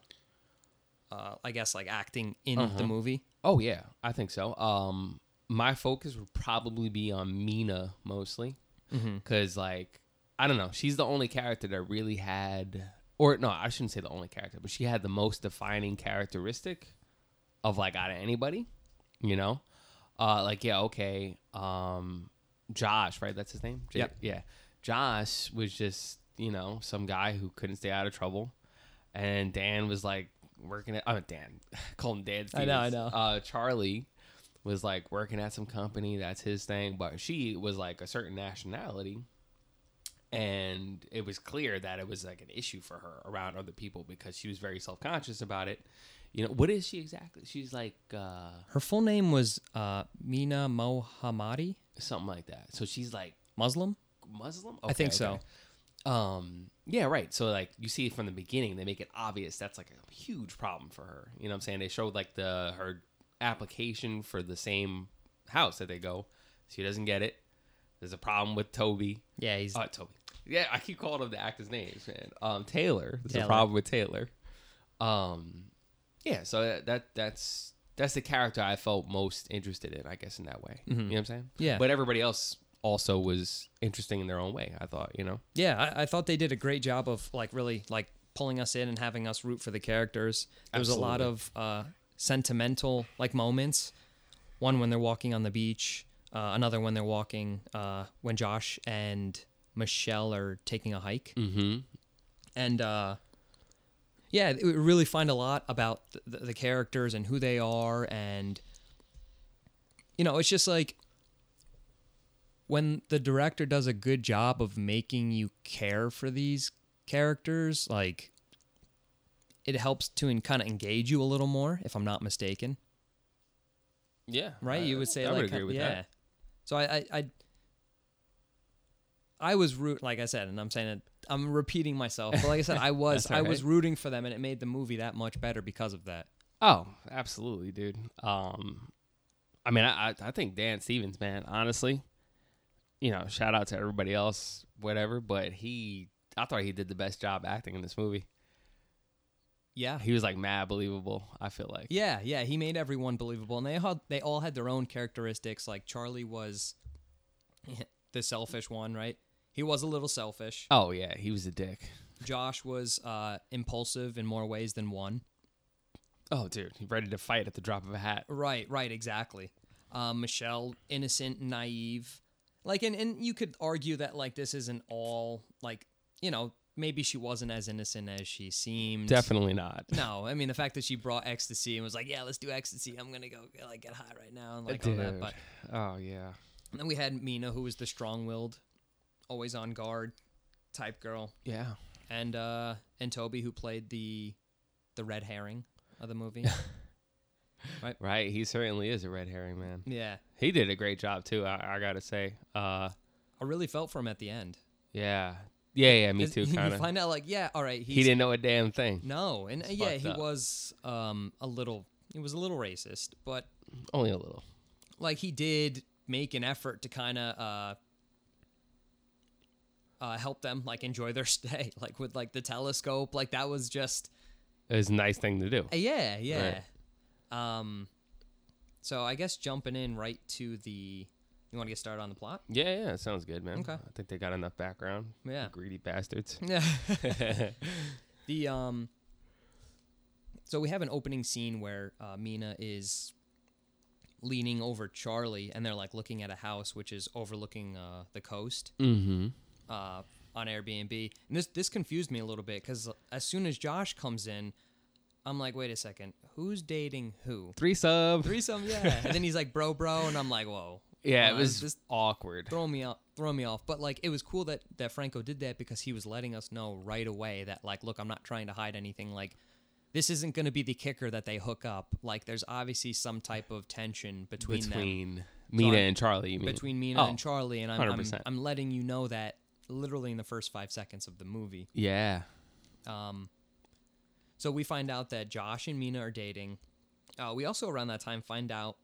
S2: uh, I guess, like acting in the movie.
S1: Oh yeah, I think so. Um, my focus would probably be on Mina mostly, because like I don't know, she's the only character that really had, or no, I shouldn't say the only character, but she had the most defining characteristic of like out of anybody, you know. Uh, like yeah, okay, um, Josh, right? That's his name. J-
S2: Yep.
S1: Yeah, Josh was just you know some guy who couldn't stay out of trouble, and Dan was like working at. Oh, Dan, call him Dan.
S2: I know, I
S1: Stevens.
S2: know.
S1: Uh, Charlie was like working at some company. That's his thing. But she was like a certain nationality. And it was clear that it was like an issue for her around other people because she was very self conscious about it. You know, what is she exactly? She's like uh,
S2: Her full name was uh, Mina Mohammadi,
S1: something like that. So she's like
S2: Muslim.
S1: Muslim?
S2: I think
S1: Okay,
S2: so.
S1: okay. Um, yeah, right. So like you see it from the beginning, they make it obvious that's like a huge problem for her. You know what I'm saying? They showed like the her application for the same house that they go. She doesn't get it. There's a problem with Toby.
S2: Yeah, he's
S1: Uh, Toby. Yeah, I keep calling him the actor's names, man. Um, Taylor. There's a
S2: Taylor.
S1: problem with Taylor. Um, yeah. So that, that that's that's the character I felt most interested in, I guess, in that way. You know what I'm saying?
S2: Mm-hmm. Yeah.
S1: But everybody else also was interesting in their own way. I thought, you know.
S2: yeah. I, I thought they did a great job of like really like pulling us in and having us root for the characters. There was a lot of uh, sentimental like moments. One when they're walking on the beach. Uh, another when they're walking uh, when Josh and Michelle are taking a hike.
S1: Mm-hmm.
S2: and uh yeah it- we really find a lot about the, the characters and who they are and you know it's just like when the director does a good job of making you care for these characters like it helps to kind of engage you a little more if i'm not mistaken
S1: Yeah.
S2: right?
S1: I-
S2: you would say
S1: Uh, I
S2: like
S1: would agree with
S2: yeah.
S1: that.
S2: So I, I I I was root like I said, and I'm saying it. I'm repeating myself, but like I said, I was
S1: That's
S2: I
S1: all
S2: was
S1: right.
S2: rooting for them, and it made the movie that much better because of that.
S1: Oh, absolutely, dude. Um, I mean, I I- I think Dan Stevens, man, honestly, you know, shout out to everybody else, whatever, but he, I thought he did the best job acting in this movie.
S2: Yeah,
S1: He was like mad believable. I feel like.
S2: yeah, yeah. He made everyone believable, and they had they all had their own characteristics. Like Charlie was the selfish one, right? He was a little selfish.
S1: Oh yeah, he was a dick.
S2: Josh was uh, impulsive in more ways than one.
S1: Oh dude, he ready to fight at the drop of a hat.
S2: Right, right, exactly. Um, Michelle, innocent, and naive. Like, and, and you could argue that, like, this isn't all, like, you know, maybe she wasn't as innocent as she seemed.
S1: Definitely not.
S2: No, I mean, the fact that she brought ecstasy and was like, yeah, let's do ecstasy. I'm going to go, like, get high right now and, like, all that.
S1: Dude.
S2: But
S1: Oh yeah.
S2: and then we had Mina, who was the strong willed, always on guard type girl.
S1: Yeah.
S2: And, uh, and Toby, who played the, the red herring of the movie.
S1: Right. He certainly is a red herring, man.
S2: yeah.
S1: He did a great job too. I, I gotta say. Uh,
S2: I really felt for him at the end.
S1: yeah. Yeah, yeah, me too,
S2: You
S1: kind of.
S2: find out like, yeah, all right, he's,
S1: He didn't know a damn thing.
S2: No, and uh, yeah,
S1: fucked
S2: he
S1: up.
S2: was um a little. He was a little racist, but
S1: Only a little.
S2: like he did make an effort to kind of uh uh, help them like enjoy their stay, like with like the telescope. Like that was just
S1: It was a nice thing to do.
S2: Uh, yeah, yeah. Um, so I guess jumping in right to the, you want to get started on the plot?
S1: Yeah, yeah, sounds good, man.
S2: Okay.
S1: I think they got enough background.
S2: Yeah.
S1: Greedy bastards.
S2: Yeah. the um so we have an opening scene where uh, Mina is leaning over Charlie and they're like looking at a house which is overlooking uh, the coast
S1: Mm-hmm.
S2: uh, on Airbnb. And this this confused me a little bit cuz as soon as Josh comes in I'm like wait a second, who's dating who?
S1: Three sub.
S2: Threesome, yeah. and then he's like bro bro and I'm like whoa.
S1: Yeah, it
S2: Uh,
S1: was
S2: this-
S1: awkward.
S2: throw me off throw me off but like it was cool that that franco did that because he was letting us know right away that like look i'm not trying to hide anything like this isn't going to be the kicker that they hook up like there's obviously some type of tension between, them
S1: Between Mina
S2: So I-
S1: and Charlie, you mean?
S2: between mina
S1: Oh,
S2: and charlie and I'm, I'm
S1: 100%.
S2: i'm letting you know that literally in the first five seconds of the movie
S1: Yeah.
S2: um so we find out that josh and mina are dating uh, we also around that time find out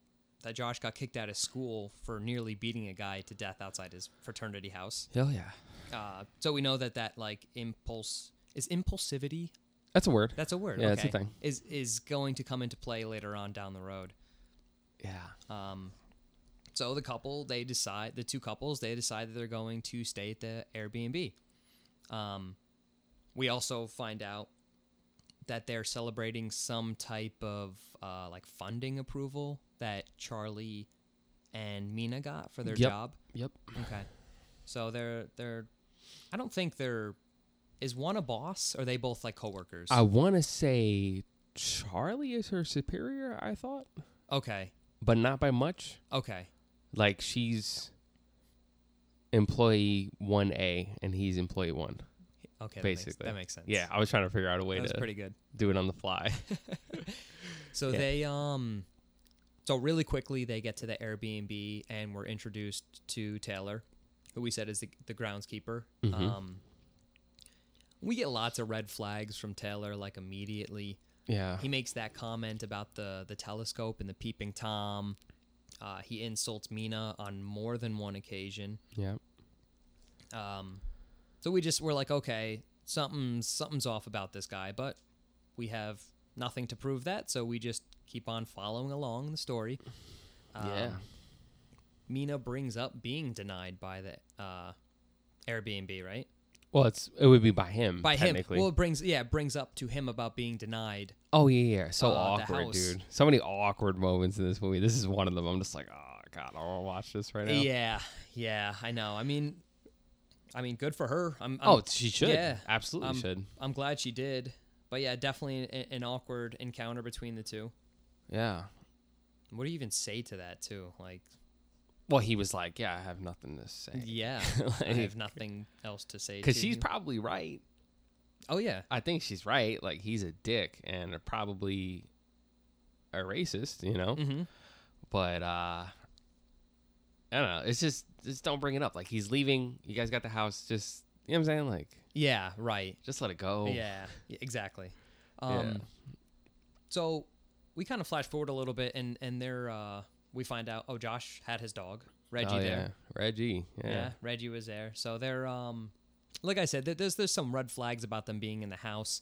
S2: that josh got kicked out of school for nearly beating a guy to death outside his fraternity house
S1: Hell yeah.
S2: uh, so we know that that like impulse is impulsivity.
S1: That's a word.
S2: That's a word.
S1: Yeah,
S2: okay.
S1: it's a thing.
S2: Is is going to come into play later on down the road.
S1: yeah.
S2: Um, so the couple they decide the two couples they decide that they're going to stay at the Airbnb. Um, we also find out that they're celebrating some type of uh, like funding approval that Charlie and Mina got for their
S1: Yep.
S2: job.
S1: Yep.
S2: Okay. So they're they're I don't think they're is one a boss or are they both like coworkers?
S1: I want to say Charlie is her superior, I thought,
S2: okay.
S1: but not by much.
S2: Okay.
S1: Like she's employee 1A and he's employee 1.
S2: Okay.
S1: Basically.
S2: That makes, that makes sense.
S1: Yeah, I was trying to figure out a way
S2: That was
S1: to
S2: pretty good.
S1: do it on the fly.
S2: So
S1: Yeah.
S2: they um so really quickly they get to the Airbnb and we're introduced to Taylor, who we said is the, the groundskeeper. Um we get lots of red flags from Taylor like immediately.
S1: yeah.
S2: he makes that comment about the the telescope and the peeping tom. Uh, he insults Mina on more than one occasion.
S1: yeah.
S2: Um, so we just were like, okay, something's something's off about this guy, but we have nothing to prove that, so we just keep on following along the story. Um,
S1: yeah.
S2: Mina brings up being denied by the uh, Airbnb, right?
S1: Well, it's it would be by him
S2: By him.
S1: Mm, technically.
S2: Well, it brings yeah, it brings up to him about being denied.
S1: oh yeah, yeah. So
S2: uh, the
S1: awkward,
S2: house.
S1: dude. So many awkward moments in this movie. This is one of them. I'm just like, "Oh god, I want to watch this right now."
S2: Yeah, yeah, I know. I mean, I mean, good for her. I'm, I'm
S1: Oh, she should.
S2: yeah,
S1: Absolutely
S2: um,
S1: should.
S2: I'm glad she did. But yeah, definitely an, an awkward encounter between the two.
S1: Yeah.
S2: What do you even say to that too? Like,
S1: Well, he was like, "Yeah, I have nothing to say."
S2: yeah, I
S1: Eh. Like-
S2: have nothing else to say.
S1: Because
S2: to
S1: she's
S2: you.
S1: probably right.
S2: oh yeah,
S1: I think she's right. Like he's a dick and probably a racist, you know.
S2: Mhm.
S1: But uh, I don't know. It's just just don't bring it up. Like he's leaving. You guys got the house. Just you know what I'm saying. Like
S2: yeah, right,
S1: just let it go.
S2: yeah, y- exactly. Um,
S1: Oh. Yeah.
S2: so we kind of flash forward a little bit, and and there uh, we find out. Oh, Josh had his dog Reggie
S1: oh,
S2: there.
S1: yeah. Reggie. Yeah.
S2: Yeah. Reggie was there. So they're um like I said, there- there's there's some red flags about them being in the house.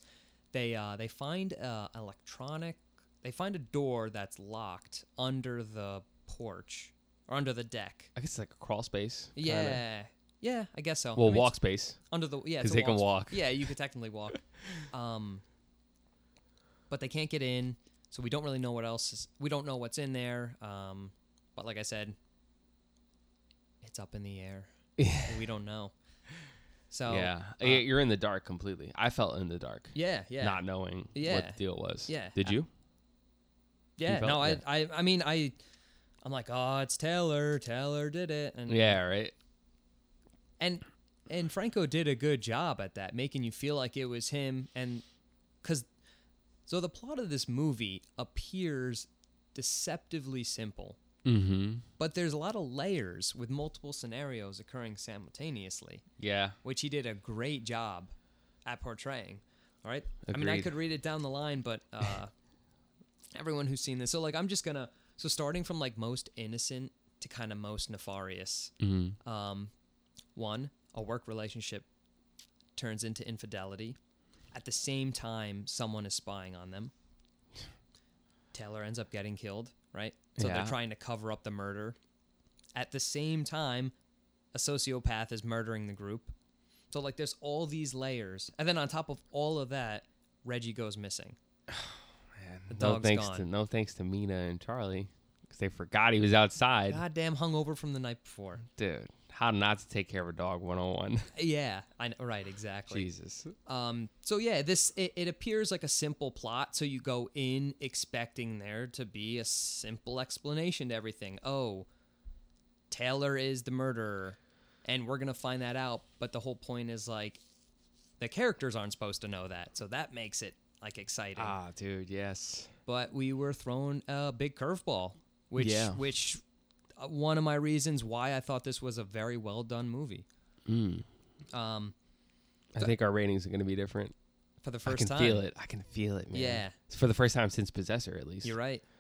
S2: They uh they find uh electronic they find a door that's locked under the porch or under the deck.
S1: I guess it's like a crawl space. kinda.
S2: Yeah. Yeah, I guess so. I
S1: Well,
S2: mean,
S1: walk
S2: it's
S1: space.
S2: under the yeah,
S1: 'cause
S2: it's a
S1: they can walk.
S2: sp- Yeah, you could technically walk. um but they can't get in, so we don't really know what else is we don't know what's in there. Um but like I said, it's up in the air
S1: yeah.
S2: we don't know. So
S1: Y- You're in the dark completely. I felt in the dark,
S2: yeah, uh, yeah,
S1: not knowing what
S2: Yeah.
S1: the deal was.
S2: Yeah. Uh,
S1: Did you?
S2: yeah.
S1: felt-
S2: No, I,
S1: yeah.
S2: I, I mean, I, I'm like, oh, it's Taylor. Taylor did it, and
S1: Yeah. Right.
S2: and and Franco did a good job at that, making you feel like it was him, and because so the plot of this movie appears deceptively simple,
S1: Mm-hmm.
S2: but there's a lot of layers with multiple scenarios occurring simultaneously.
S1: Yeah.
S2: which he did a great job at portraying. All right. I mean, I
S1: Agreed.
S2: could read it down the line, but uh, everyone who's seen this, so like, I'm just gonna so starting from like most innocent to kind of most nefarious. Um, one, a work relationship turns into infidelity. At the same time, someone is spying on them. Taylor ends up getting killed, right? So
S1: Yeah.
S2: they're trying to cover up the murder. At the same time, a sociopath is murdering the group. So like there's all these layers. And then on top of all of that, Reggie goes missing. the
S1: No
S2: dog's
S1: thanks
S2: gone.
S1: to no thanks to Mina and Charlie because they forgot he was outside.
S2: Goddamn hungover from the night before.
S1: Dude, how not to take care of a dog 101.
S2: Yeah, I know, right, exactly.
S1: Jesus.
S2: Um, so yeah, this it, it appears like a simple plot. So you go in expecting there to be a simple explanation to everything. Oh, Taylor is the murderer, and we're gonna find that out. But the whole point is like, the characters aren't supposed to know that, so that makes it like exciting.
S1: Ah, dude, yes.
S2: but we were thrown a big curveball, which
S1: Yeah.
S2: which uh, one of my reasons why I thought this was a very well done movie. Um,
S1: I think our ratings are going to be different.
S2: for the
S1: I
S2: first
S1: can
S2: time,
S1: feel it. I can feel it, man.
S2: Yeah.
S1: It's for the first time since Possessor, at least.
S2: you're right. Oh.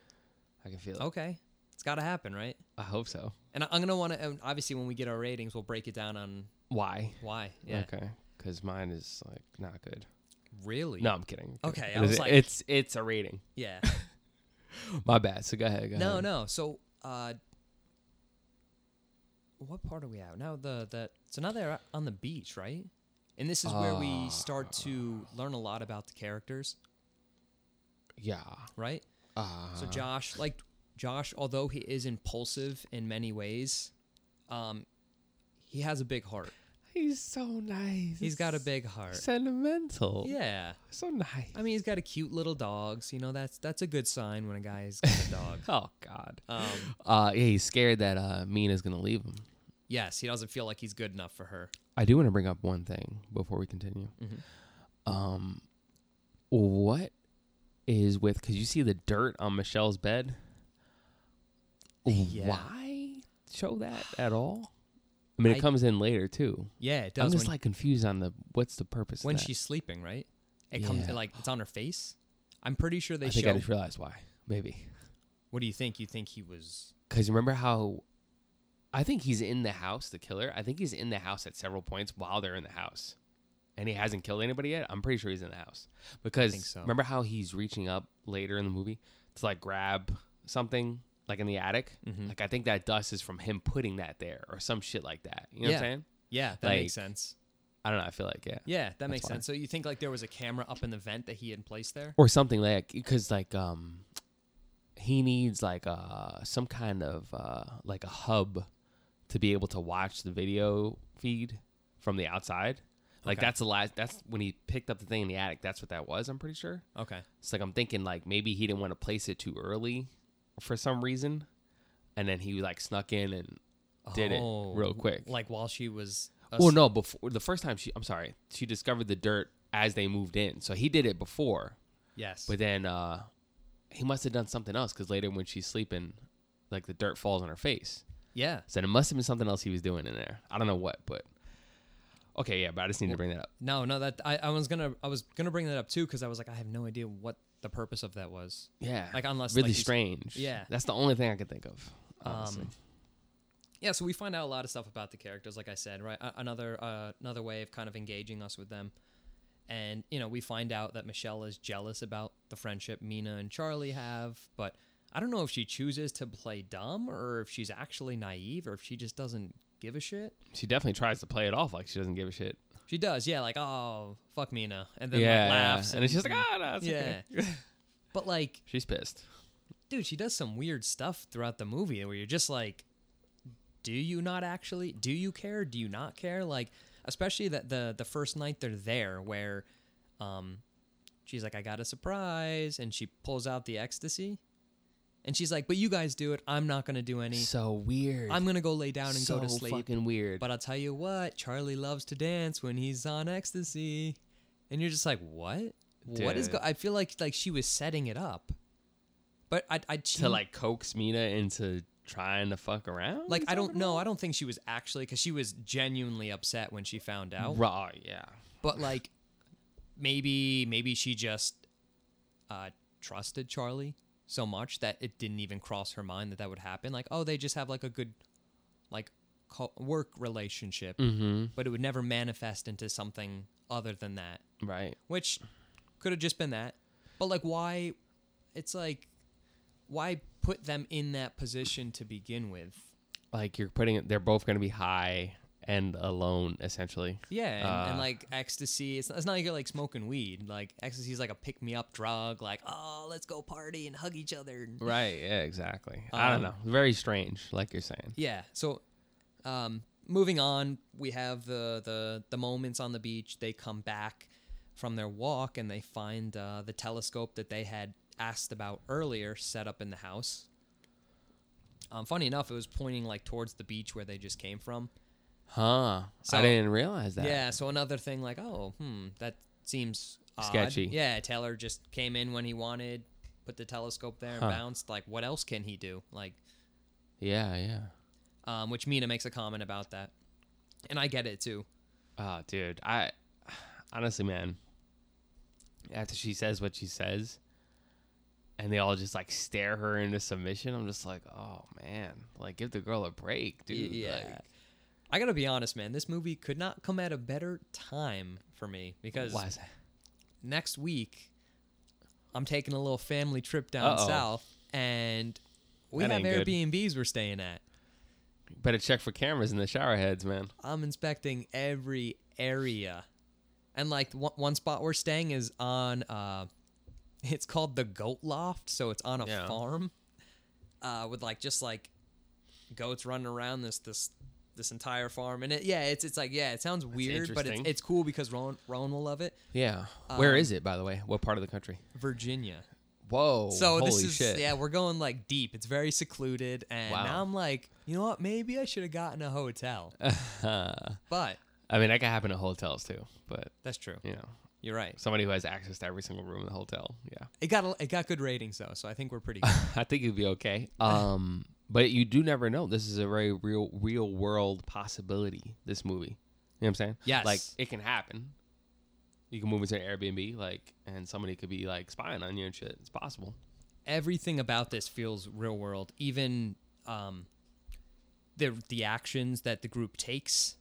S1: I can feel it.
S2: Okay, it's got to happen, right?
S1: I hope so.
S2: And I- I'm gonna want to obviously when we get our ratings, we'll break it down on
S1: Why?
S2: why. Yeah,
S1: Okay. Because mine is like not good.
S2: really?
S1: No, I'm kidding. I'm kidding.
S2: Okay,
S1: It
S2: I was
S1: is-
S2: like-
S1: it's it's a rating.
S2: Yeah.
S1: My bad. So go ahead. Go
S2: No,
S1: ahead.
S2: no. So, uh, what part are we at now? The the so now they're on the beach, right? And this is where
S1: Ah.
S2: we start to learn a lot about the characters,
S1: Yeah.
S2: right?
S1: Uh,
S2: So Josh, like Josh, although he is impulsive in many ways, um, he has a big heart.
S1: he's so nice.
S2: He's got a big heart.
S1: sentimental.
S2: Yeah.
S1: So nice.
S2: I mean, he's got a cute little dog. So, you know, that's that's a good sign when a guy's got a dog.
S1: oh God.
S2: Um,
S1: Uh, yeah, he's scared that uh, Mina's gonna leave him.
S2: yes, he doesn't feel like he's good enough for her.
S1: I do want to bring up one thing before we continue. Um, what is with? Cause you see the dirt on Michelle's bed.
S2: Yeah.
S1: Why show that at all? I mean, it
S2: I-
S1: comes in later too.
S2: Yeah, it
S1: I'm
S2: does.
S1: just
S2: When,
S1: like confused on the what's the purpose.
S2: when
S1: of that.
S2: she's sleeping, right? It comes
S1: Yeah.
S2: like it's on her face. I'm pretty sure they
S1: I think
S2: show.
S1: I just realized why. Maybe
S2: What do you think? You think he was?
S1: because remember how I think he's in the house, the killer. I think he's in the house at several points while they're in the house, and he hasn't killed anybody yet. I'm pretty sure he's in the house because
S2: so.
S1: remember how he's reaching up later in the movie to like grab something like in the attic.
S2: Mm-hmm.
S1: Like I think that dust is from him putting that there or some shit like that. You know
S2: yeah,
S1: what I'm saying?
S2: yeah, that
S1: Like-
S2: makes sense.
S1: I don't know. I feel like yeah,
S2: Yeah, that makes
S1: why.
S2: sense. So you think like there was a camera up in the vent that he had placed there?
S1: or something like because like um he needs like uh some kind of uh like a hub to be able to watch the video feed from the outside like
S2: Okay.
S1: that's the last that's when he picked up the thing in the attic that's what that was i'm pretty sure
S2: Okay,
S1: it's like i'm thinking like maybe he didn't want to place it too early for some reason and then he like snuck in and did
S2: Oh,
S1: it real quick
S2: Like while she was. as-
S1: well, no, before the first time she, I'm sorry, she discovered the dirt as they moved in. So he did it before,
S2: Yes.
S1: but then uh, he must have done something else because later when she's sleeping, like the dirt falls on her face.
S2: yeah.
S1: So it must have been something else he was doing in there. I don't know what, but okay, yeah. But I just need to bring that up.
S2: No, no, that I, I was gonna I was gonna bring that up too because I was like I have no idea what the purpose of that was.
S1: Yeah,
S2: Like, unless,
S1: really
S2: like, you s-
S1: strange.
S2: Yeah. Um,
S1: that's the only thing I could think of. Honestly,
S2: Yeah, so we find out a lot of stuff about the characters, like I said, right? A- Another uh, another way of kind of engaging us with them, and you know we find out that Michelle is jealous about the friendship Mina and Charlie have, but I don't know if she chooses to play dumb or if she's actually naive or if she just doesn't give a shit.
S1: she definitely tries to play it off like she doesn't give a shit.
S2: She does, yeah, like oh fuck Mina, and then
S1: yeah,
S2: like, laughs,
S1: and, it's just like ah, no, it's
S2: yeah,
S1: okay.
S2: but like
S1: She's pissed.
S2: dude, she does some weird stuff throughout the movie where you're just like, do you not actually? Do you care? Do you not care? Like, especially that the the first night they're there, where, um, she's like, I got a surprise, and she pulls out the ecstasy, and she's like, but you guys do it. I'm not gonna do any.
S1: So weird.
S2: I'm gonna go lay down and
S1: so
S2: go to sleep.
S1: fucking weird.
S2: But I'll tell you what, Charlie loves to dance when he's on ecstasy, and you're just like, what? What is? Go-?
S1: Dude.
S2: I feel like like she was setting it up, but I I
S1: to like coax Mina into trying to fuck around.
S2: like I don't know. I don't think she was actually because she was genuinely upset when she found out.
S1: raw. Yeah,
S2: But like, maybe maybe she just uh, trusted Charlie so much that it didn't even cross her mind that that would happen. Like, oh, they just have like a good like co- work relationship,
S1: Mm-hmm.
S2: but it would never manifest into something other than that,
S1: Right.
S2: which could have just been that. But like, why? It's like, why put them in that position to begin with?
S1: Like you're putting it. They're both going to be high and alone, essentially.
S2: Yeah, and, and
S1: Uh,
S2: like ecstasy, it's, it's not like you're like smoking weed. Like ecstasy is like a pick me up drug. Like, oh, let's go party and hug each other. and-
S1: Right. Yeah. Exactly. I don't know. Very strange, like you're saying.
S2: Yeah. So, um, moving on, we have the the the moments on the beach. They come back from their walk and they find uh, the telescope that they had asked about earlier set up in the house. Um, funny enough, it was pointing like towards the beach where they just came from.
S1: Huh.
S2: So-
S1: I didn't realize that.
S2: Yeah. So another thing, like, oh, hmm, that seems odd.
S1: Sketchy.
S2: Yeah. Taylor just came in when he wanted, put the telescope there, and
S1: Huh.
S2: bounced. Like, what else can he do? Like,
S1: Yeah. Yeah.
S2: um, which Mina makes a comment about that, and I get it too.
S1: Oh, dude. I honestly, man. After she says what she says, and they all just like stare her into submission, I'm just like, oh man, like give the girl a break, dude.
S2: yeah.
S1: Like,
S2: I gotta be honest, man. This movie could not come at a better time for me because
S1: why is that?
S2: next week I'm taking a little family trip down
S1: Uh-oh.
S2: south, and we
S1: That
S2: have
S1: ain't good.
S2: Airbnbs we're staying at.
S1: Better check for cameras in the shower heads, man.
S2: I'm inspecting every area, and like one, one spot we're staying is on. Uh, it's called the Goat Loft, so it's on a
S1: Yeah.
S2: farm, uh, with like just like goats running around this this this entire farm, and it yeah, it's it's like yeah, it sounds weird, but it's
S1: interesting.
S2: it's cool because Rowan Rowan will love it.
S1: Yeah. Where
S2: Um,
S1: is it, by the way? What part of the country?
S2: Virginia.
S1: Whoa.
S2: So
S1: Oh, holy
S2: this is
S1: shit.
S2: yeah, we're going like deep. It's very secluded, and
S1: Wow. Uh,
S2: now I'm like, you know what? Maybe I should have gotten a hotel, but
S1: I mean, that can happen at hotels too, but
S2: that's true.
S1: you know,
S2: You're right.
S1: somebody who has access to every single room in the hotel. Yeah.
S2: It got a, it got good ratings though, so I think we're pretty good.
S1: I think it'd be okay.
S2: Uh-huh.
S1: Um, but you do never know. This is a very real, real world possibility. This movie, you know what I'm saying?
S2: Yes.
S1: Like it can happen. You can move into an Airbnb, like, and somebody could be like spying on you and shit. It's possible.
S2: Everything about this feels real world, even um, the the actions that the group takes,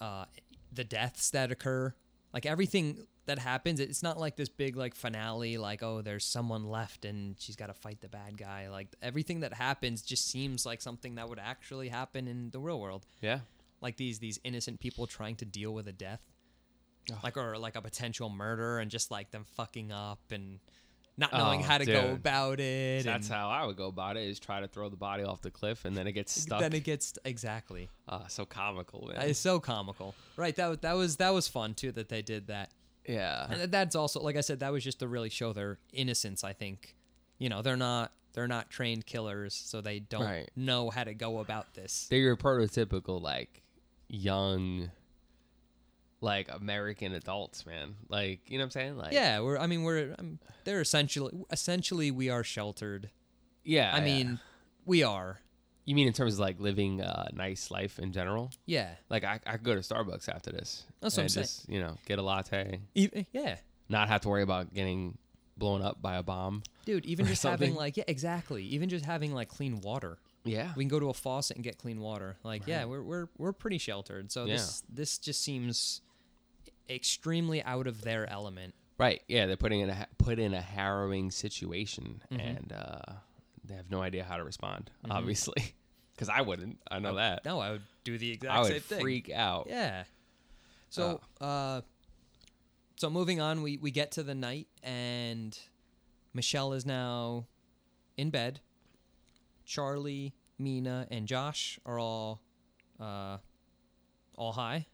S2: uh, the deaths that occur, like everything that happens. It's not like this big like finale, like oh, there's someone left and she's got to fight the bad guy. Like everything that happens just seems like something that would actually happen in the real world.
S1: Yeah.
S2: like these these innocent people trying to deal with a death
S1: Ugh.
S2: like or like a potential murder and just like them fucking up and not knowing
S1: Oh,
S2: how to go
S1: dude.
S2: about it
S1: That's
S2: and
S1: how I would go about it: is try to throw the body off the cliff, and then it gets stuck.
S2: then it gets exactly
S1: uh, so comical, man.
S2: it's so comical right that was that was that was fun too that they did that
S1: yeah.
S2: and that's also like i said that was just to really show their innocence i think you know they're not they're not trained killers so they don't
S1: Right.
S2: know how to go about this
S1: they're your prototypical like young like american adults man like you know what i'm saying like
S2: yeah we're i mean we're um, they're essentially essentially we are sheltered
S1: Oh, yeah
S2: I
S1: yeah.
S2: mean, we are.
S1: you mean in terms of like living a nice life in general
S2: Yeah.
S1: like i, I could go to starbucks after this
S2: That's what
S1: and
S2: I'm
S1: just you know get a latte
S2: Even, Eh, yeah.
S1: not have to worry about getting blown up by a bomb
S2: Dude, even
S1: Or
S2: just having
S1: something.
S2: like yeah, exactly. Even just having like clean water.
S1: yeah
S2: We can go to a faucet and get clean water. Like, yeah, we're we're we're pretty sheltered. So this this just seems extremely out of their element.
S1: right yeah they're putting in a ha- put in a harrowing situation
S2: Mm-hmm.
S1: and uh they have no idea how to respond obviously because i wouldn't i know that
S2: No, I would do the exact
S1: i
S2: same
S1: would
S2: thing.
S1: freak out
S2: Yeah. So uh, so moving on, we we get to the night and Michelle is now in bed. Charlie, Mina, and Josh are all uh all high.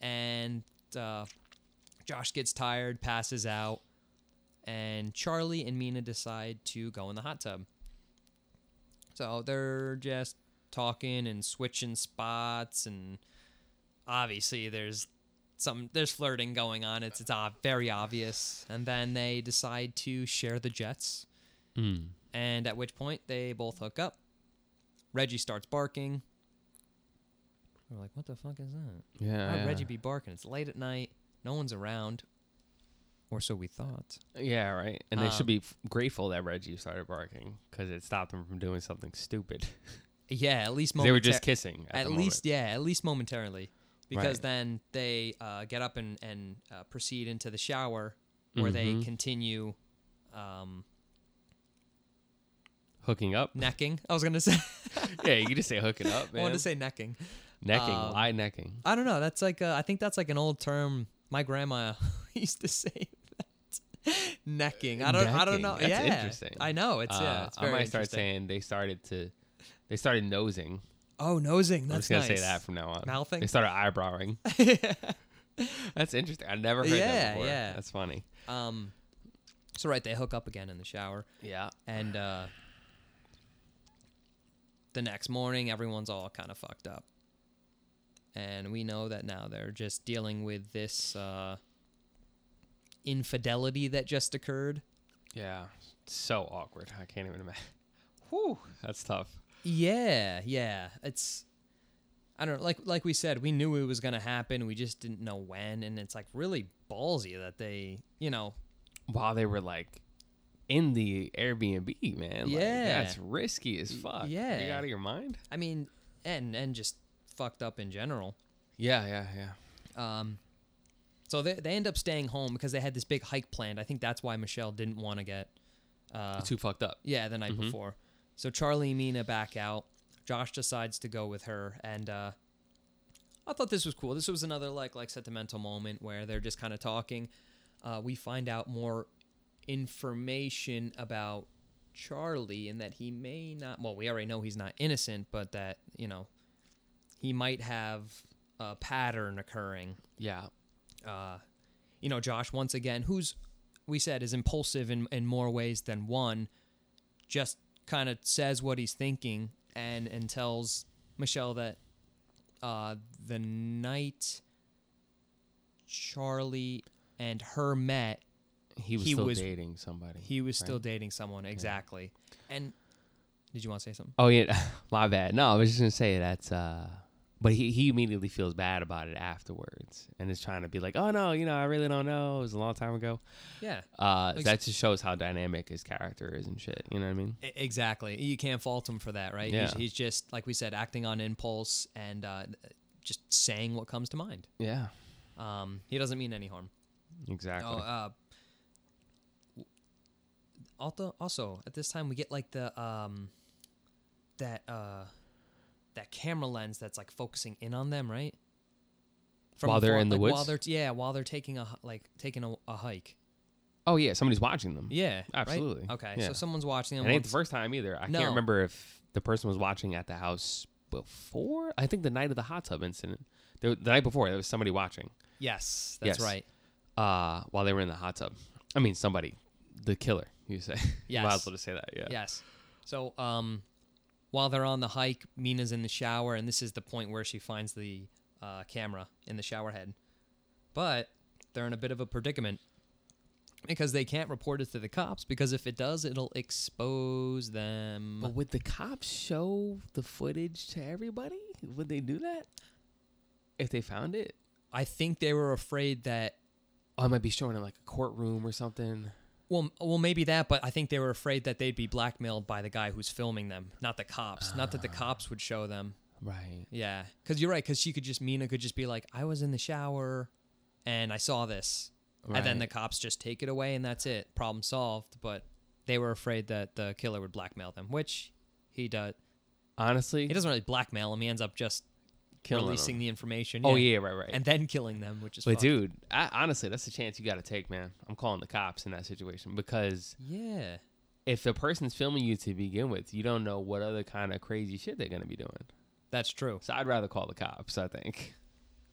S2: and uh Josh gets tired, passes out, and Charlie and Mina decide to go in the hot tub. So they're just talking and switching spots and obviously there's some there's flirting going on. It's it's ob- very obvious. And then they decide to share the jets.
S1: Mm.
S2: And at which point they both hook up. Reggie starts barking. We're like, what the fuck is that?
S1: yeah,
S2: Why'd
S1: Oh, yeah.
S2: Reggie be barking? It's late at night. No one's around. Or so we thought.
S1: Yeah, right. And they
S2: Um,
S1: should be f- grateful that Reggie started barking because it stopped him from doing something stupid.
S2: yeah, at least
S1: 'Cause They were just
S2: momentar-
S1: kissing. At,
S2: at
S1: the moment.
S2: least yeah at least momentarily because
S1: Right.
S2: then they uh, get up and, and uh, proceed into the shower where
S1: Mm-hmm.
S2: they continue um,
S1: hooking up.
S2: necking i was gonna say
S1: yeah, you could just say hooking up,
S2: i
S1: man.
S2: wanted to say necking
S1: necking.
S2: um,
S1: Why necking?
S2: i don't know that's like uh, i think that's like an old term my grandma used to say that necking i don't i don't
S1: Necking.
S2: know
S1: That's
S2: yeah
S1: interesting.
S2: i know it's yeah
S1: Uh,
S2: it's very
S1: I might start
S2: interesting.
S1: saying they started to, they started nosing.
S2: oh nosing
S1: I'm
S2: that's
S1: just gonna
S2: nice
S1: say that from now on.
S2: Mouthing?
S1: They started eyebrowing. That's interesting. I never heard
S2: Yeah,
S1: that before.
S2: yeah.
S1: That's funny.
S2: um so right they hook up again in the shower
S1: Yeah.
S2: And uh, the next morning, everyone's all kind of fucked up. And we know that now they're just dealing with this uh, infidelity that just occurred.
S1: Yeah. So awkward. I can't even imagine. Whew. That's tough.
S2: Yeah, yeah. It's I don't know, like like we said, we knew it was gonna happen. We just didn't know when, and it's like really ballsy that they, you know,
S1: While they were like in the Airbnb, man. Like,
S2: Yeah.
S1: That's risky as fuck. Are you
S2: yeah.
S1: out of your mind?
S2: I mean, and and just fucked up in general.
S1: Yeah, yeah, yeah.
S2: Um, so they, they end up staying home because they had this big hike planned. I think that's why Michelle didn't want to get, uh,
S1: Too fucked up.
S2: yeah, the night before. So Charlie and Mina back out. Josh decides to go with her, and uh, I thought this was cool. This was another like like sentimental moment where they're just kind of talking. Uh, we find out more information about Charlie and that he may not. Well, we already know he's not innocent, but that you know he might have a pattern occurring
S1: Yeah.
S2: uh, you know, Josh once again, who's we said is impulsive in, in more ways than one, just kind of says what he's thinking and and tells Michelle that uh, the night Charlie and her met,
S1: He was
S2: He
S1: still
S2: was-
S1: dating somebody.
S2: he was still
S1: Right.
S2: dating someone exactly. And did you want to say something?
S1: Oh yeah, my bad. No, I was just gonna say that's. uh But he he immediately feels bad about it afterwards, and is trying to be like, oh no, you know, I really don't know. It was a long time ago.
S2: Yeah,
S1: Uh,
S2: Ex-
S1: that just shows how dynamic his character is and shit. You know what I mean?
S2: E- Exactly. You can't fault him for that, right? He's,
S1: Yeah.
S2: he's just like we said, acting on impulse and uh, just saying what comes to mind.
S1: Yeah,
S2: Um, he doesn't mean any harm.
S1: exactly.
S2: Oh, uh, also, also at this time we get like the um, that uh, that camera lens that's like focusing in on them, right?
S1: While they're
S2: afar,
S1: in the
S2: like,
S1: woods?
S2: While they're t- yeah, while they're taking a h- like taking a, a hike.
S1: oh yeah, somebody's watching them.
S2: Yeah, right?
S1: Absolutely,
S2: Okay,
S1: yeah.
S2: so someone's watching them.
S1: And it ain't
S2: once-
S1: the first time either. I
S2: No.
S1: can't remember if the person was watching at the house before. I think the night of the hot tub incident, the, the night before, there was somebody watching
S2: yes, that's
S1: Yes.
S2: right.
S1: uh, while they were in the hot tub. I mean, somebody, the killer, you say. You might
S2: Yes.
S1: as well just say that. Yeah.
S2: Yes. So, um, while they're on the hike, Mina's in the shower, and this is the point where she finds the uh, camera in the shower head. But they're in a bit of a predicament because they can't report it to the cops because if it does, it'll expose
S1: But
S2: them.
S1: would the cops show the footage to everybody? Would they do that if they found it?
S2: I think they were afraid that.
S1: Oh, I might be showing in like a courtroom or something.
S2: Well, m- well, maybe that, but I think they were afraid that they'd be blackmailed by the guy who's filming them, not the cops. Not
S1: Ah.
S2: that the cops would show them.
S1: Right.
S2: Yeah, because you're right. Because she could just Mina could just be like, I was in the shower, and I saw this, and then the
S1: Right.
S2: cops just take it away, and that's it. Problem solved. But they were afraid that the killer would blackmail them, which he does.
S1: Honestly,
S2: He doesn't really blackmail him. He ends up just
S1: killing 'em.
S2: releasing the information.
S1: Oh yeah, right, right.
S2: and then killing them, which is
S1: but
S2: fucked.
S1: dude, I, honestly, that's a chance you got to take, man. I'm calling the cops in that situation because
S2: Yeah,
S1: if the person's filming you to begin with, you don't know what other kind of crazy shit they're gonna be doing.
S2: that's true.
S1: So I'd rather call the cops. I think.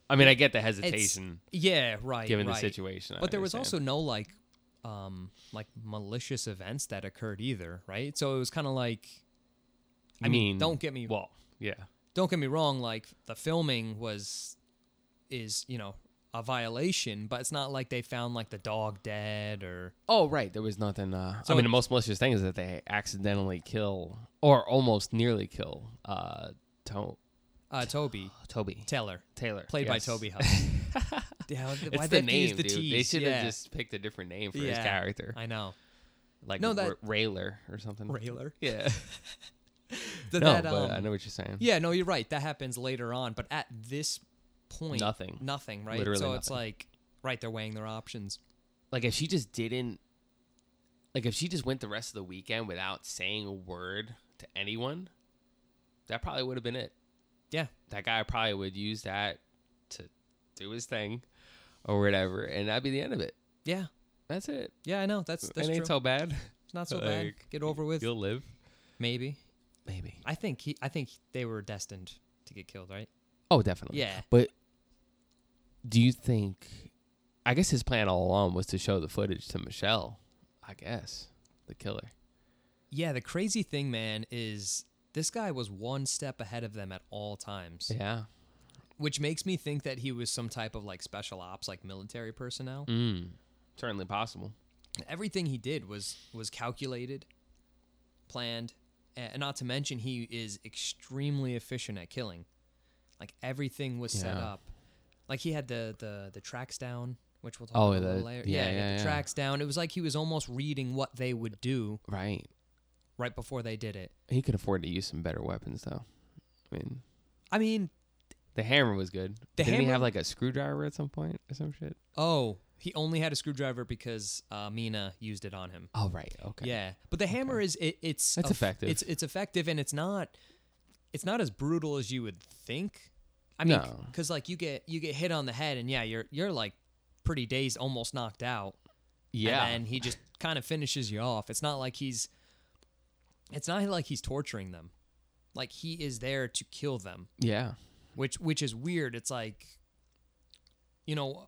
S1: I mean, I get the
S2: It's-
S1: hesitation
S2: yeah, right.
S1: given the
S2: right.
S1: situation. I
S2: But there was also
S1: understand.
S2: no like um like malicious events that occurred either, right? So it was kind of like I
S1: You
S2: mean,
S1: mean-
S2: don't get me
S1: well, yeah,
S2: don't get me wrong, like the filming was is, you know, a violation, but it's not like they found like the dog dead or
S1: Oh right, there was nothing. Uh,
S2: So
S1: I mean,
S2: it-
S1: the most malicious thing is that they accidentally kill or almost nearly kill uh, to-
S2: uh Toby
S1: Toby
S2: Taylor,
S1: Taylor,
S2: played by
S1: yes.
S2: Toby Huss. yeah,
S1: It's
S2: why'd they
S1: the
S2: have to use
S1: name, dude. They
S2: T's?
S1: should have
S2: Yeah,
S1: just picked a different name for his
S2: Yeah.
S1: character,
S2: I know.
S1: like no,
S2: No, that-
S1: Rayler or something.
S2: Railer.
S1: Yeah,
S2: That,
S1: no,
S2: that,
S1: but
S2: um,
S1: I know what you're saying.
S2: Yeah, no, you're right. That happens later on, but at this point,
S1: Nothing.
S2: nothing, right?
S1: Literally
S2: so it's
S1: nothing.
S2: like, right, they're weighing their options.
S1: Like if she just didn't, like if she just went the rest of the weekend without saying a word to anyone, that probably would have been it.
S2: Yeah,
S1: That guy probably would use that to do his thing or whatever, and that'd be the end of it.
S2: yeah,
S1: That's it.
S2: yeah. I know that's that's
S1: it
S2: true.
S1: ain't so bad.
S2: it's not so bad.
S1: like,
S2: Get over with.
S1: You'll live.
S2: Maybe.
S1: Maybe.
S2: I think he. I think they were destined to get killed, right?
S1: Oh, definitely.
S2: Yeah.
S1: But do you think? I guess his plan all along was to show the footage to Michelle. I guess the killer.
S2: Yeah. The crazy thing, man, is this guy was one step ahead of them at all times,
S1: Yeah.
S2: which makes me think that he was some type of like special ops, like military personnel.
S1: Mm. Certainly possible.
S2: everything he did was was calculated, planned, a- and not to mention he is extremely efficient at killing. Like everything was set
S1: Yeah.
S2: up. Like he had the the the tracks down, which we'll talk
S1: Oh,
S2: about a
S1: the-
S2: little later.
S1: yeah,
S2: he had
S1: yeah,
S2: the
S1: yeah.
S2: tracks down. It was like he was almost reading what they would do
S1: Right.
S2: right before they did it.
S1: He could afford to use some better weapons, though. I mean,
S2: I mean,
S1: the hammer was good.
S2: The
S1: Didn't he
S2: hammer-
S1: have like a screwdriver at some point or some shit?
S2: oh, he only had a screwdriver because uh, Mina used it on him.
S1: Oh, right. Okay.
S2: Yeah, but the hammer is it, it's
S1: That's
S2: eff-
S1: effective.
S2: It's it's effective and it's not it's not as brutal as you would think. I mean,
S1: No.
S2: because like you get you get hit on the head and yeah, you're you're like pretty dazed, almost knocked out.
S1: Yeah.
S2: and then he just kind of finishes you off. It's not like he's it's not like he's torturing them. Like he is there to kill them,
S1: yeah.
S2: which which is weird. It's like you know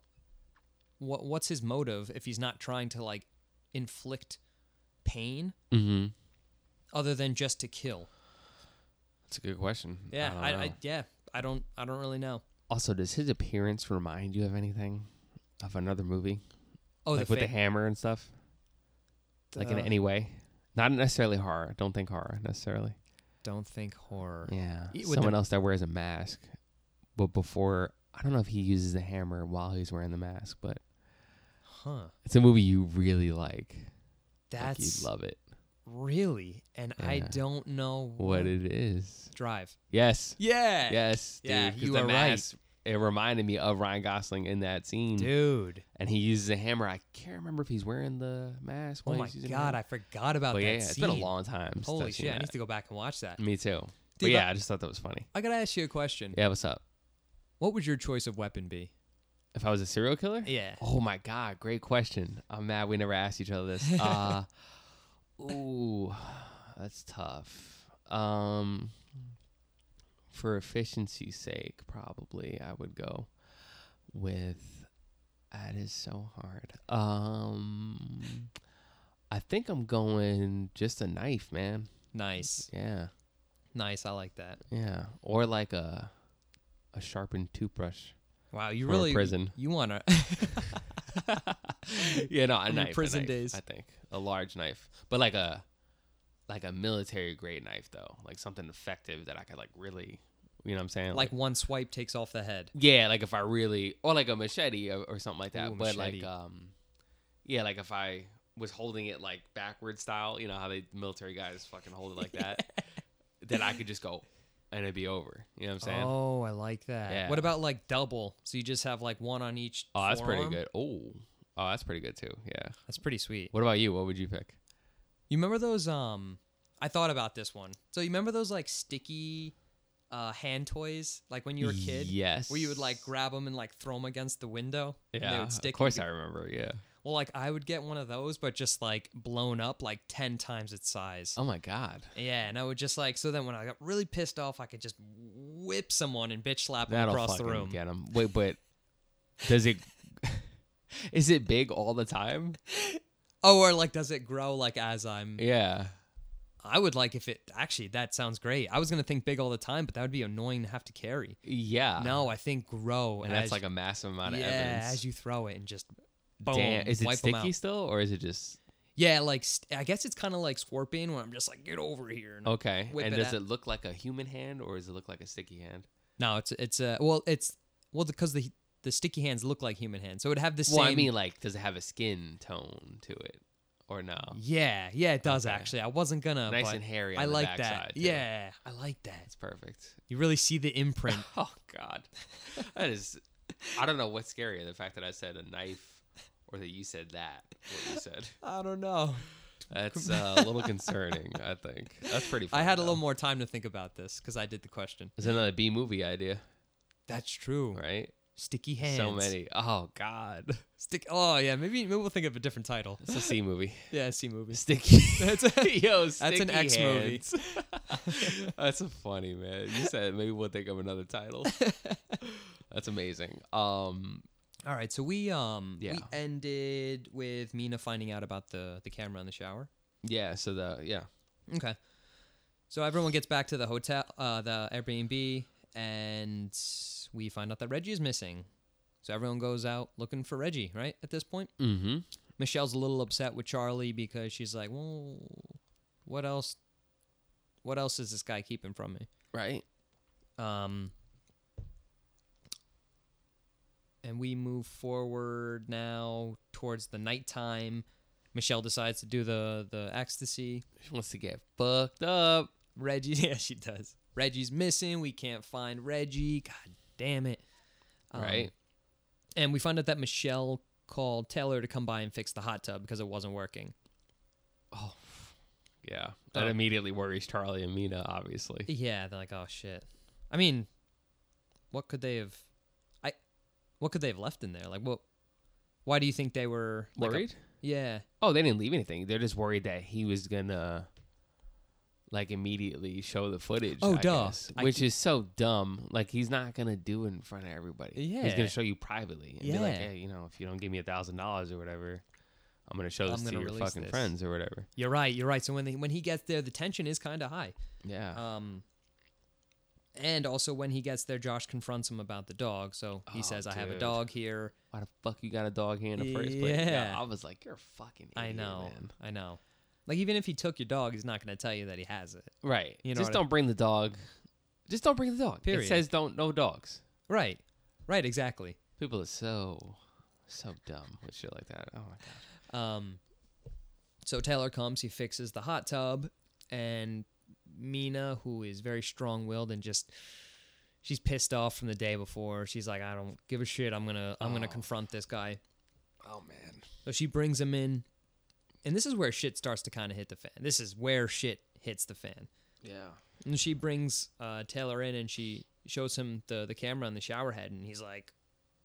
S2: what what's his motive if he's not trying to like inflict pain
S1: Mm-hmm.
S2: other than just to kill?
S1: That's a good question.
S2: Yeah,
S1: don't
S2: I,
S1: know.
S2: I, yeah, I don't, I don't really know.
S1: also, does his appearance remind you of anything? Of another movie?
S2: Oh,
S1: like
S2: the,
S1: with
S2: fa-
S1: the hammer and stuff? like in
S2: the-
S1: any way. Not necessarily horror. Don't think horror necessarily.
S2: Don't think horror.
S1: Yeah.
S2: Y- with
S1: Someone
S2: the-
S1: else that wears a mask, but before I don't know if he uses the hammer while he's wearing the mask, but
S2: Huh?
S1: it's a movie you really like. like
S2: That's
S1: you love it.
S2: really, and I
S1: Yeah.
S2: don't know
S1: What it is?
S2: drive.
S1: Yes,
S2: Yeah,
S1: yes, dude.
S2: Yeah,
S1: 'cause
S2: you
S1: the
S2: are right.
S1: mask, It reminded me of Ryan Gosling in that scene,
S2: dude.
S1: and he uses a hammer. I can't remember if he's wearing the mask.
S2: Oh
S1: while
S2: my
S1: he's using the
S2: god,
S1: hammer.
S2: I forgot about
S1: But
S2: that
S1: yeah, yeah,
S2: scene.
S1: it's been a long time. since
S2: Holy
S1: I've seen
S2: shit, I need
S1: that.
S2: to go back and watch that.
S1: Me too. but
S2: Dude,
S1: yeah,
S2: I-
S1: I just thought that was funny.
S2: I gotta ask you a question.
S1: Yeah, what's up?
S2: What would your choice of weapon be?
S1: If I was a serial killer?
S2: Yeah.
S1: Oh my god, great question. I'm mad we never asked each other this. Uh ooh, that's tough. Um for efficiency's sake, probably I would go with that is so hard. Um I think I'm going just a knife, man.
S2: Nice,
S1: Yeah.
S2: nice. I like that.
S1: Yeah. Or like a a sharpened toothbrush.
S2: Wow, you
S1: From a
S2: really
S1: prison.
S2: You wanna?
S1: yeah, no, a
S2: From your
S1: knife. a
S2: prison
S1: knife,
S2: days.
S1: I think a large knife, but like a like a military grade knife though, like something effective that I could like really, you know what I'm saying?
S2: like one swipe takes off the head.
S1: yeah, like if I really or like a machete or, or something like that,
S2: Ooh,
S1: but
S2: machete.
S1: like um, yeah, like if I was holding it like backward style, you know how they military guys fucking hold it like that, then I could just go and it'd be over. You know what I'm saying? Oh,
S2: Oh, I like that.
S1: Yeah.
S2: What about like double? So you just have like one on each.
S1: Oh, that's pretty
S2: forearm?
S1: good. Oh, oh, that's pretty good too. Yeah.
S2: That's pretty sweet.
S1: What about you? What would you pick?
S2: You remember those? Um, I thought about this one. So you remember those like sticky, uh, hand toys? Like when you were a kid,
S1: Yes.
S2: where you would like grab them and like throw them against the window. and they
S1: Yeah,
S2: would stick
S1: of course
S2: and
S1: I
S2: you
S1: remember. Yeah.
S2: could- Well, like I would get one of those, but just like blown up like ten times its size.
S1: Oh my god.
S2: Yeah, and I would just like so then when I got really pissed off, I could just whip someone and bitch slap them
S1: That'll
S2: across the
S1: fucking
S2: room.
S1: get him. Wait, but does it? is it big all the time?
S2: Oh, or like does it grow like as I'm
S1: Yeah.
S2: I would like if it actually that sounds great. I was gonna think big all the time, but that would be annoying to have to carry.
S1: Yeah.
S2: No, I think grow
S1: Ah. And
S2: as-
S1: that's like a massive amount of
S2: yeah,
S1: evidence.
S2: as you throw it and just boom,
S1: Damn. Is it
S2: wipe 'em
S1: sticky
S2: out.
S1: still, or is it just
S2: Yeah, like st- I guess it's kind of like scorpion when I'm just like get over here. And
S1: okay?
S2: Whip
S1: and
S2: it
S1: does
S2: out.
S1: it look like a human hand, or does it look like a sticky hand?
S2: No, it's it's uh well it's well because the the sticky hands look like human hands, so it'd have the same.
S1: Well, I mean, like, does it have a skin tone to it? or no?
S2: Yeah, yeah, it does
S1: Okay.
S2: actually. I wasn't gonna.
S1: Nice
S2: but
S1: and hairy on
S2: I
S1: the
S2: like
S1: backside,
S2: that.
S1: too.
S2: Yeah, I like that.
S1: It's perfect.
S2: You really see the imprint.
S1: Oh God, that is. I don't know what's scarier, the fact that I said a knife, or that you said that. What you said.
S2: I don't know.
S1: That's uh, a little concerning. I think that's pretty. Funny,
S2: I had a
S1: though.
S2: little more time to think about this because I did the question.
S1: It's another B movie idea,
S2: That's true.
S1: right?
S2: Sticky hands.
S1: So many. Oh God,
S2: Stick. Oh yeah, maybe maybe we'll think of a different title.
S1: it's a C movie.
S2: Yeah, C movies.
S1: Sticky.
S2: That's a-
S1: Yo,
S2: That's an
S1: Sticky
S2: X movie.
S1: Hands. That's a funny man. You said maybe we'll think of another title. That's amazing. Um,
S2: All right, so we um
S1: Yeah.
S2: we ended with Mina finding out about the the camera in the shower.
S1: yeah. So the yeah.
S2: Okay. So everyone gets back to the hotel, uh, the Airbnb, and we find out that Reggie is missing. So everyone goes out looking for Reggie, right? At this point,
S1: Mm-hmm.
S2: Michelle's a little upset with Charlie because she's like, "Well, what else? What else is this guy keeping from me?"
S1: Right.
S2: Um, and we move forward now towards the nighttime. Michelle decides to do the the ecstasy.
S1: She wants to get fucked up.
S2: Reggie, yeah, she does. Reggie's missing. We can't find Reggie. God damn it! Um,
S1: right.
S2: And we find out that Michelle called Taylor to come by and fix the hot tub because it wasn't working.
S1: Yeah. That
S2: Oh.
S1: immediately worries Charlie and Mina, obviously.
S2: Yeah, they're like, oh shit. I mean, what could they have? I, what could they have left in there? Like, what? Why do you think they were like, a-
S1: Worried?
S2: yeah,
S1: oh, they didn't leave anything. They're just worried that he was gonna like immediately show the footage.
S2: Oh,
S1: I
S2: duh.
S1: guess,
S2: I
S1: which
S2: c-
S1: is so dumb. Like he's not gonna do it in front of everybody. He's
S2: Yeah.
S1: gonna show you privately. And Be like,
S2: Yeah.
S1: hey, you know, if you don't give me a thousand dollars or whatever, I'm gonna show
S2: I'm
S1: this
S2: gonna
S1: to your
S2: release
S1: fucking
S2: this."
S1: friends or whatever.
S2: you're right, you're right. So when they, when he gets there, the tension is kind of high.
S1: Yeah.
S2: Um, and also when he gets there, Josh confronts him about the dog. So he
S1: Oh,
S2: says, "I have a
S1: dude.
S2: dog here."
S1: Why the fuck you got a dog here in the first place?
S2: Yeah.
S1: I was like, you're a fucking. Idiot,
S2: I know,
S1: Man.
S2: I know. Like even if he took your dog, he's not going to tell you that he has it.
S1: Right.
S2: You know
S1: just
S2: what I-
S1: don't bring the dog. Just don't bring the dog.
S2: Period.
S1: It says don't no dogs.
S2: Right, right, exactly.
S1: People are so so dumb with shit like that. Oh my god.
S2: Um, so Taylor comes, he fixes the hot tub, and Mina, who is very strong willed and just she's pissed off from the day before. She's like, I don't give a shit. I'm gonna I'm gonna
S1: Oh.
S2: confront this guy.
S1: Oh man.
S2: So she brings him in, and this is where shit starts to kind of hit the fan. This is where shit hits the fan.
S1: Yeah.
S2: And she brings uh, Taylor in, and she shows him the the camera on the shower head, and he's like,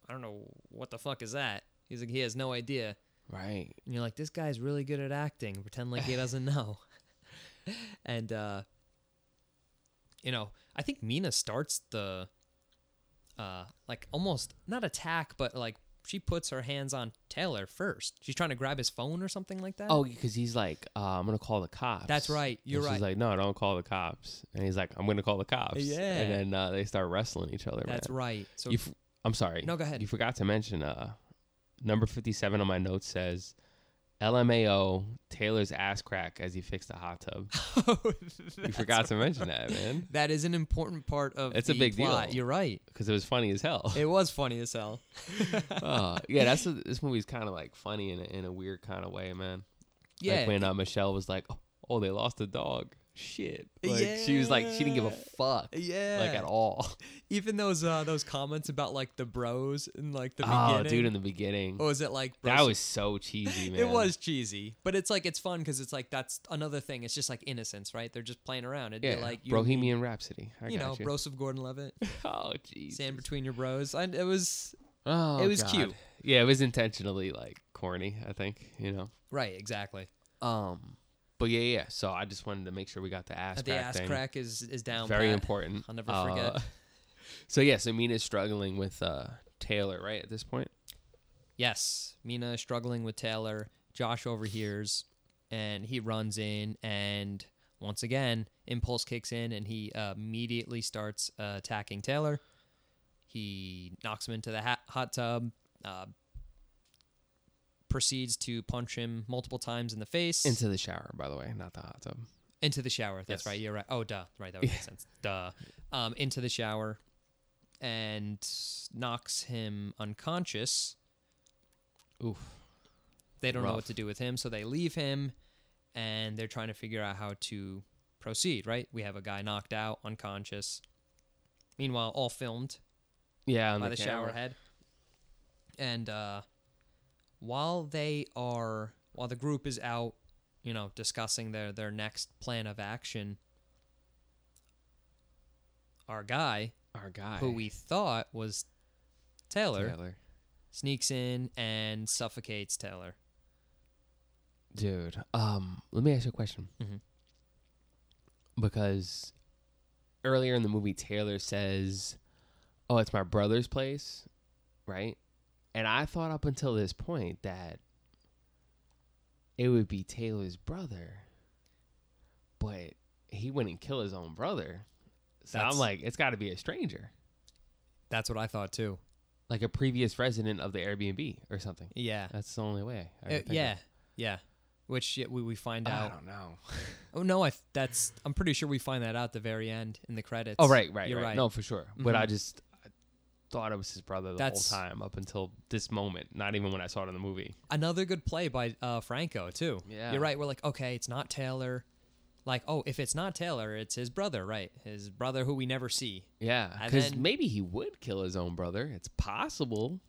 S2: I don't know what the fuck is that. He's like, he has no idea.
S1: Right.
S2: And you're like, this guy's really good at acting. Pretend like he doesn't know. and uh you know, I think Mina starts the uh like almost not attack, but like she puts her hands on Taylor first. She's trying to grab his phone or something like that.
S1: Oh, because he's like, uh, I'm gonna call the cops.
S2: That's right.
S1: And
S2: You're
S1: she's
S2: right.
S1: like, no, don't call the cops. And he's like, I'm gonna call the cops.
S2: Yeah.
S1: And then uh, they start wrestling each other.
S2: That's
S1: man.
S2: right. So
S1: You f- I'm sorry.
S2: No, go ahead.
S1: You forgot to mention uh, number 57 on my notes says, LMAO Taylor's ass crack as he fixed the hot tub.
S2: Oh,
S1: You forgot to mention that, man,
S2: that is an important part of
S1: It's a
S2: the
S1: big
S2: plot.
S1: deal.
S2: You're right.
S1: because it was funny as hell.
S2: It was funny as hell.
S1: Uh, yeah, that's what- this movie's kind of like funny in a, in a weird kind of way, man.
S2: Yeah.
S1: like when uh, Michelle was like, "Oh, oh, they lost a dog. Shit." Like she was like, she didn't give a fuck,
S2: yeah.
S1: like at all.
S2: Even those uh those comments about like the bros and like the
S1: oh,
S2: beginning.
S1: dude, in the beginning,
S2: Or was it like
S1: that
S2: bros-
S1: was so cheesy, man.
S2: It was cheesy, but it's like it's fun because it's like that's another thing. It's just like innocence, right? They're just playing around. It'd
S1: yeah,
S2: be like you, and me,
S1: Bohemian Rhapsody. I
S2: you know,
S1: got you.
S2: Bros of Gordon-Levitt,
S1: Oh, jeez.
S2: sand between your bros. And it was
S1: Oh,
S2: It was cute.
S1: Yeah, it was intentionally like corny. I think you know.
S2: right, exactly.
S1: Um, but yeah, yeah. So I just wanted to make sure we got the ass
S2: the
S1: crack
S2: ass
S1: thing.
S2: crack is is down.
S1: Very
S2: pat.
S1: important.
S2: I'll never forget.
S1: Uh, so yeah, so Mina's struggling with uh Taylor, right? At this point,
S2: Yes, Mina is struggling with Taylor. Josh overhears, and he runs in, and once again, impulse kicks in, and he uh, immediately starts uh, attacking Taylor. He knocks him into the ha- hot tub. Uh, proceeds to punch him multiple times in the face
S1: into the shower, by the way, not the hot tub.
S2: into the shower. That's
S1: Yes.
S2: right. You're right. Oh, duh. Right. That would make sense. Duh. Um, into the shower and knocks him unconscious.
S1: Oof.
S2: They don't know what
S1: Rough.
S2: to do with him, so they leave him, and they're trying to figure out how to proceed. Right? We have a guy knocked out, unconscious. Meanwhile, all filmed
S1: Yeah, on
S2: by the, shower
S1: camera.
S2: head. And uh, while they are, while the group is out, you know, discussing their their next plan of action, our guy,
S1: Our guy,
S2: who we thought was Taylor,
S1: Taylor.
S2: sneaks in and suffocates Taylor.
S1: Dude, um, let me ask you a question.
S2: Mhm.
S1: Because earlier in the movie, Taylor says, "Oh, it's my brother's place," right? And I thought up until this point that it would be Taylor's brother, but he wouldn't kill his own brother. So
S2: That's-
S1: I'm like, it's got to be a stranger,
S2: That's what I thought too.
S1: like a previous resident of the Airbnb or something.
S2: Yeah,
S1: That's the only way. I can
S2: Uh,
S1: think of. Ah,
S2: yeah, yeah. Which yeah, we we find
S1: I
S2: out.
S1: don't know.
S2: Oh no, I th- that's I'm pretty sure we find that out at the very end in the credits.
S1: Oh right, right,
S2: You're
S1: right. Mm-hmm.
S2: right.
S1: No, for sure. But
S2: Mhm.
S1: I just I thought it was his brother the
S2: That's-
S1: whole time up until this moment. Not even when I saw it in the movie.
S2: another good play by uh, Franco too.
S1: Yeah.
S2: you're right. We're like, okay, it's not Taylor. Like, oh, if it's not Taylor, it's his brother, right? His brother who we never see.
S1: Yeah,
S2: And
S1: because
S2: then-
S1: maybe he would kill his own brother. It's possible,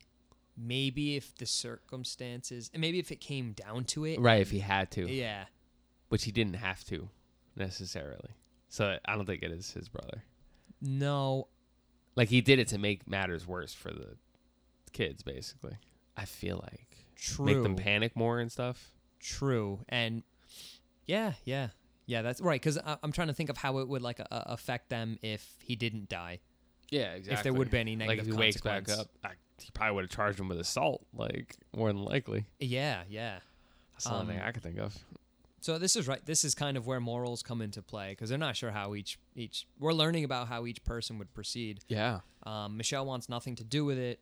S2: Maybe if the circumstances, and maybe if it came down to it,
S1: right? If he had to,
S2: yeah,
S1: which he didn't have to necessarily. So I don't think it is his brother.
S2: no,
S1: Like he did it to make matters worse for the kids, basically. I feel like
S2: true,
S1: make them panic more and stuff.
S2: true, and yeah, yeah, yeah, that's right. Because I'm trying to think of how it would like uh, affect them if he didn't die,
S1: Yeah, exactly.
S2: if there would be any
S1: like if
S2: negative
S1: he wakes back
S2: consequence.
S1: up, I, he probably would have charged him with assault, like more than likely.
S2: Yeah, yeah.
S1: That's the only thing
S2: Um,
S1: I can think of.
S2: So this is right. This is kind of where morals come into play because they're not sure how each each. We're learning about how each person would proceed.
S1: Yeah.
S2: Um, Michelle wants nothing to do with it.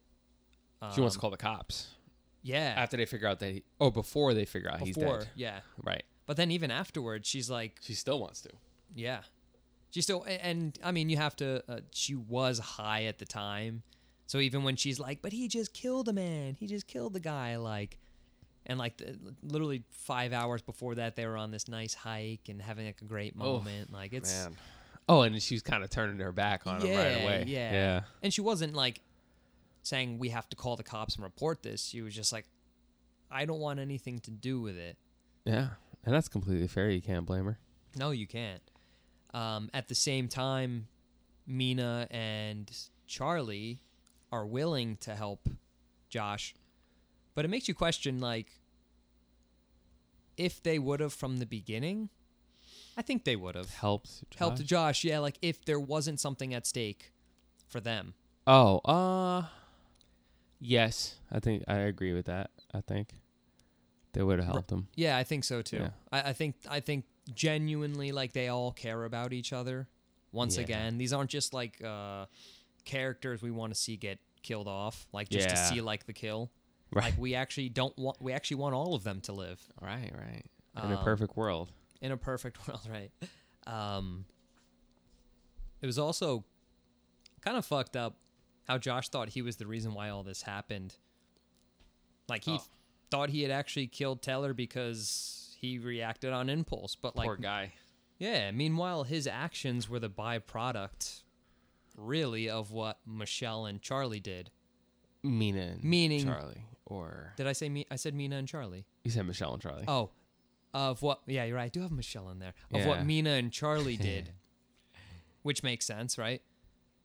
S1: She wants to
S2: Um,
S1: call the cops
S2: Yeah.
S1: after they figure out that he, or before they figure out
S2: before,
S1: he's dead.
S2: yeah.
S1: Right.
S2: But then even afterwards, she's like,
S1: She still wants to.
S2: yeah. She still, a- and I mean, you have to. Uh, she was high at the time, so even when she's like, "But he just killed a man. He just killed the guy," like, and like, the, literally five hours before that, they were on this nice hike and having like a great
S1: Oh,
S2: moment. like, it's
S1: Man. Oh, and she's kind of turning her back on him right
S2: Yeah,
S1: away.
S2: yeah. And she wasn't like saying we have to call the cops and report this. She was just like, I don't want anything to do with it.
S1: Yeah. Yeah. And that's completely fair. You can't blame her.
S2: No, you can't. Um, at the same time, Mina and Charlie are willing to help Josh, but it makes you question like if they would have from the beginning. I think they would have
S1: Helps.
S2: helped
S1: Josh.
S2: Josh. Yeah, like if there wasn't something at stake for them.
S1: Oh, uh, yes. I think I agree with that. I think they would have helped him.
S2: Yeah, I think so too.
S1: Yeah.
S2: I, I think I think genuinely like they all care about each other. Once
S1: Yeah.
S2: again, these aren't just like uh, characters we want to see get killed off, like just to
S1: Yeah.
S2: see like the kill.
S1: Right.
S2: Like we actually don't want we actually want all of them to live
S1: right. Right. In a
S2: Um,
S1: perfect world.
S2: in a perfect world, right? Um, it was also kind of fucked up how Josh thought he was the reason why all this happened. Like he
S1: Oh.
S2: thought he had actually killed Teller because he reacted on impulse, but like,
S1: Poor guy.
S2: yeah. Meanwhile, his actions were the byproduct, really, of what Michelle and Charlie did.
S1: Mina. And
S2: Meaning-
S1: Charlie. Or
S2: Did I say me? I said Mina and Charlie.
S1: you said Michelle and Charlie.
S2: Oh, of what? Yeah, you're right. I do have Michelle in there. Of
S1: Yeah.
S2: what Mina and Charlie did, which makes sense, right?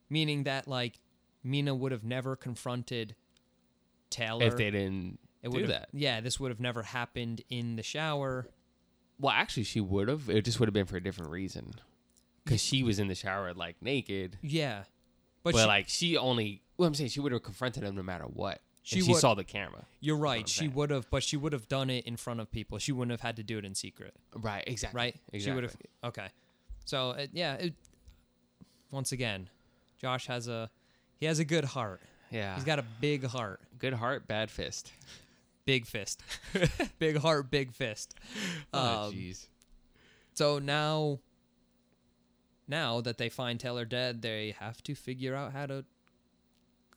S2: Meaning that like Mina would have never confronted Taylor.
S1: if they didn't do
S2: it would've-
S1: that.
S2: yeah, this would have never happened in the shower.
S1: Well, actually, she would have. It just would have been for a different reason. Because she was in the shower, like, naked.
S2: Yeah,
S1: But,
S2: but, she,
S1: like, she only. Well, I'm saying she would have confronted him no matter what.
S2: She
S1: She, she
S2: would-
S1: saw the camera.
S2: you're
S1: I'm
S2: right. She
S1: saying.
S2: would have, but she would have done it in front of people. She wouldn't have had to do it in secret.
S1: Right, exactly.
S2: right?
S1: Exactly.
S2: She would have. Okay. So uh, yeah, it, once again, Josh has a he has a good heart.
S1: Yeah.
S2: He's got a big heart,
S1: good heart, bad fist.
S2: big fist, big heart, big fist.
S1: Oh,
S2: Um,
S1: jeez.
S2: so now, now that they find Taylor dead, they have to figure out how to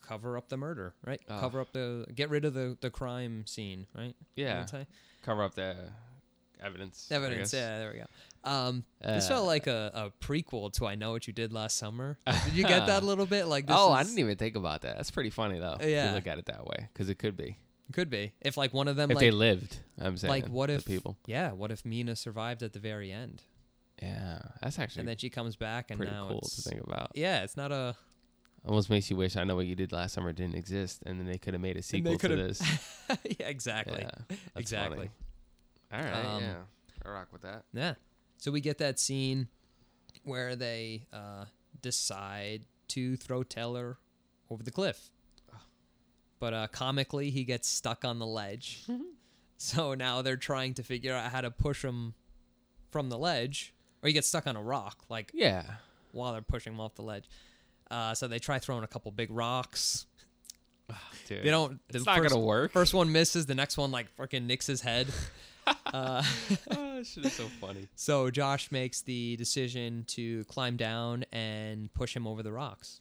S2: cover up the murder, right?
S1: Ugh.
S2: cover up the get rid of the the crime scene, right? I
S1: Yeah,
S2: would say.
S1: cover up the evidence. I
S2: Evidence.
S1: guess.
S2: Yeah, there we go. Um, this
S1: Uh,
S2: felt like a, a prequel to I Know What You Did Last Summer. Did you get that a little bit? Like, this
S1: Oh, I
S2: is-
S1: didn't even think about that. That's pretty funny though. if
S2: Yeah.
S1: you look at it that way, because it could be
S2: could be if like one of them
S1: e- if
S2: like
S1: they lived. I'm saying,
S2: like what
S1: the
S2: if
S1: people?
S2: Yeah, what if Mina survived at the very end
S1: Yeah, that's actually
S2: and then she comes back and
S1: pretty
S2: now
S1: cool
S2: it's
S1: to think about.
S2: yeah, it's not a
S1: Almost makes you wish I know what you did last summer didn't exist, and then they could have made a
S2: And
S1: sequel
S2: they
S1: to
S2: could've-
S1: this.
S2: yeah, exactly.
S1: Yeah, that's
S2: exactly.
S1: funny. All right,
S2: Um,
S1: yeah, I rock with that.
S2: Yeah. So we get that scene where they uh, decide to throw Taylor over the cliff. But uh, comically, he gets stuck on the ledge. so now they're trying to figure out how to push him from the ledge, or he gets stuck on a rock, like
S1: Yeah,
S2: while they're pushing him off the ledge. Uh, so they try throwing a couple big rocks.
S1: dude,
S2: They don't.
S1: It's
S2: the
S1: not
S2: first-
S1: gonna work.
S2: First one misses. The next one like freaking nicks his head. uh,
S1: oh, shit is so funny.
S2: So Josh makes the decision to climb down and push him over the rocks.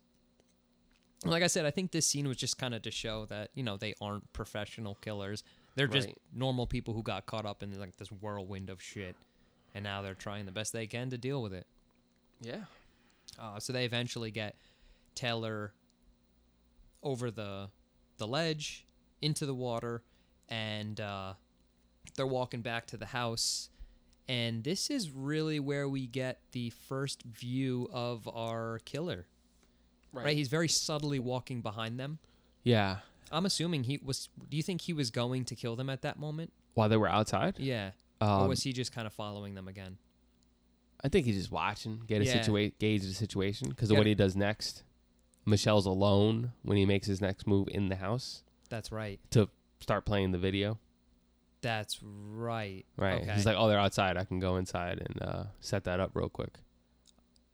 S2: And Like I said, I think this scene was just kind of to show that you know they aren't professional killers; they're just
S1: Right.
S2: normal people who got caught up in like this whirlwind of shit, and now they're trying the best they can to deal with it.
S1: Yeah,
S2: Uh, so they eventually get Taylor over the the ledge into the water, and uh, they're walking back to the house. And this is really where we get the first view of our killer. Right. He's very subtly walking behind them.
S1: Yeah,
S2: I'm assuming he was. Do you think he was going to kill them at that moment?
S1: while they were outside,
S2: Yeah. or
S1: um,
S2: was he just kind of following them again?
S1: I think he's just watching, get a
S2: Yeah.
S1: situa- gauge the situation, because of
S2: Gotta-
S1: what he does next. Michelle's alone when he makes his next move in the house
S2: That's right.
S1: to start playing the video.
S2: That's right.
S1: Right.
S2: Okay.
S1: He's like, oh, they're outside. I can go inside and uh, set that up real quick.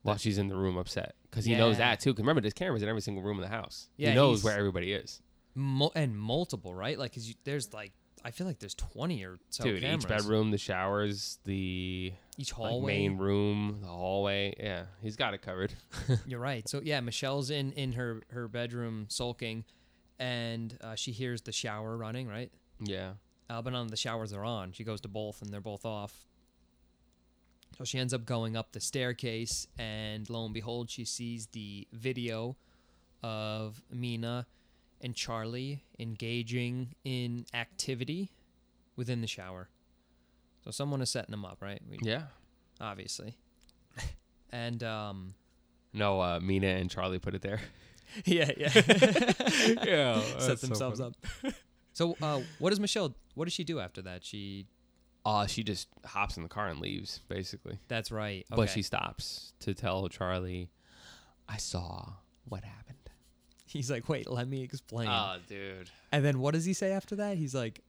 S1: While she's in the room upset. Because he knows
S2: Yeah.
S1: that too. Because remember, there's cameras in every single room in the house.
S2: Yeah,
S1: he knows
S2: he's-
S1: where everybody is.
S2: Mul- and multiple, right? Like, 'cause you, there's like, I feel like there's 20 or so
S1: Dude,
S2: Oh, cameras.
S1: each bedroom, the showers, the
S2: each
S1: like,
S2: hallway.
S1: main room, the hallway. Yeah, he's got it covered.
S2: You're right. So yeah, Michelle's in in her her bedroom sulking, and uh, she hears the shower running, right?
S1: yeah.
S2: Uh, but none of the showers are on. She goes to both, and they're both off. So she ends up going up the staircase, and lo and behold, she sees the video of Mina and Charlie engaging in activity within the shower. So someone is setting them up, right? We,
S1: Yeah.
S2: Obviously. And um,
S1: No, uh, Mina and Charlie put it there.
S2: yeah, yeah.
S1: yeah.
S2: set themselves up. So, uh, what does Michelle? What does she do after that? She.
S1: Uh, she just hops in the car and leaves, basically.
S2: That's right.
S1: But
S2: okay.
S1: she stops to tell Charlie, I saw what happened.
S2: He's like, wait, let me explain.
S1: Ah, dude.
S2: and then what does he say after that? He's like,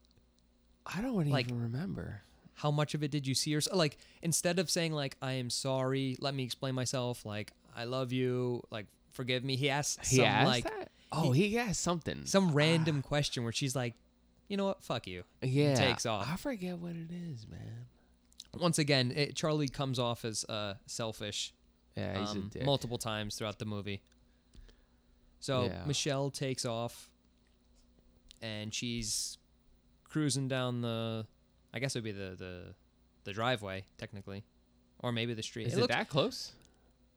S1: I don't
S2: Like-
S1: even remember.
S2: how much of it did you see? Or s- like, instead of saying like, I am sorry, let me explain myself. Like, I love you. Like, forgive me. He asks
S1: He
S2: some
S1: asked
S2: like
S1: that. Ah. Oh, he, asked something.
S2: some random question where she's like, you know what? Fuck you.
S1: yeah,
S2: takes off.
S1: I forget what it is, man.
S2: Once again, it, Charlie comes off as uh, selfish
S1: Yeah, he's
S2: um,
S1: a dick.
S2: multiple times throughout the movie. So
S1: Yeah.
S2: Michelle takes off, and she's cruising down the, I guess it would be the the, the driveway technically, or maybe the street.
S1: is it,
S2: looked-
S1: that close?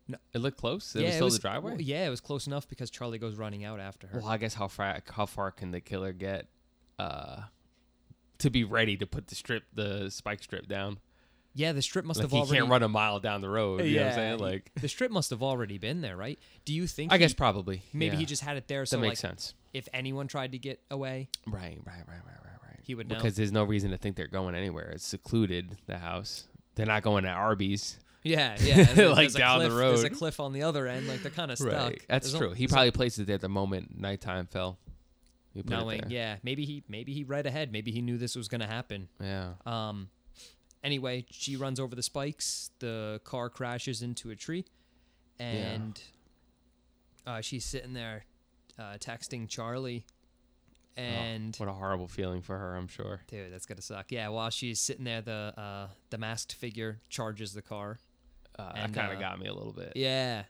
S2: No.
S1: It looked close. It was still the driveway.
S2: well, yeah, it was close enough because Charlie goes running out after her.
S1: Well, I guess how far how far can the killer get uh, to be ready to put the strip the spike strip down?
S2: Yeah, the strip must
S1: Like
S2: have
S1: he
S2: already.
S1: can't run a mile down the road. You know what I'm saying? Like,
S2: the strip must have already been there, right? Do you think?
S1: I
S2: he-
S1: guess probably.
S2: maybe he
S1: yeah.
S2: just had it there,
S1: that
S2: so like
S1: makes sense.
S2: if anyone tried to get away,
S1: Right, right, right, right, right, right.
S2: He would know.
S1: because there's no reason to think they're going anywhere. It's secluded. The house. They're not going to Arby's.
S2: Yeah, yeah. and there-
S1: Like
S2: there's a
S1: down the
S2: cliff- There's a
S1: road.
S2: cliff on the other end. Like they're kind of stuck.
S1: That's
S2: There's no-
S1: true. He
S2: there's no
S1: probably placed it there the moment nighttime fell. He put it
S2: knowing.
S1: there.
S2: Yeah, maybe he maybe he read ahead. Maybe he knew this was gonna happen.
S1: Yeah.
S2: Um. Anyway, she runs over the spikes. The car crashes into a tree, and uh, she's sitting there uh, texting Charlie.
S1: Oh,
S2: And
S1: what a horrible feeling for her, I'm sure.
S2: dude, that's gonna suck. Yeah, while she's sitting there, the uh, the masked figure charges the car.
S1: Uh,
S2: And,
S1: that kind of
S2: uh,
S1: got me a little bit.
S2: Yeah,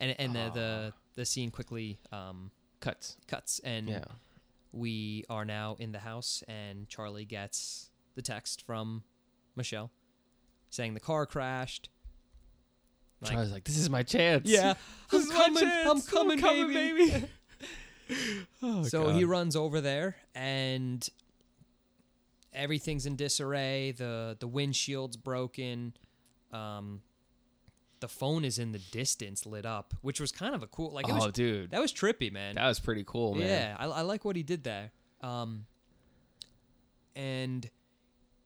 S2: and and the the, the scene quickly um,
S1: cuts.
S2: cuts and
S1: Yeah.
S2: we are now in the house and charlie gets the text from michelle saying the car crashed Like-
S1: I was like, this is my chance.
S2: yeah
S1: This
S2: i'm
S1: is my
S2: coming
S1: chance.
S2: i'm coming baby
S1: Oh,
S2: so
S1: God.
S2: he runs over there and everything's in disarray. The the windshield's broken. Um the phone is in the distance lit up, which was kind of a cool like it
S1: oh,
S2: was,
S1: dude,
S2: that was trippy, man.
S1: that was pretty cool, man.
S2: Yeah, I, I like what he did there. Um and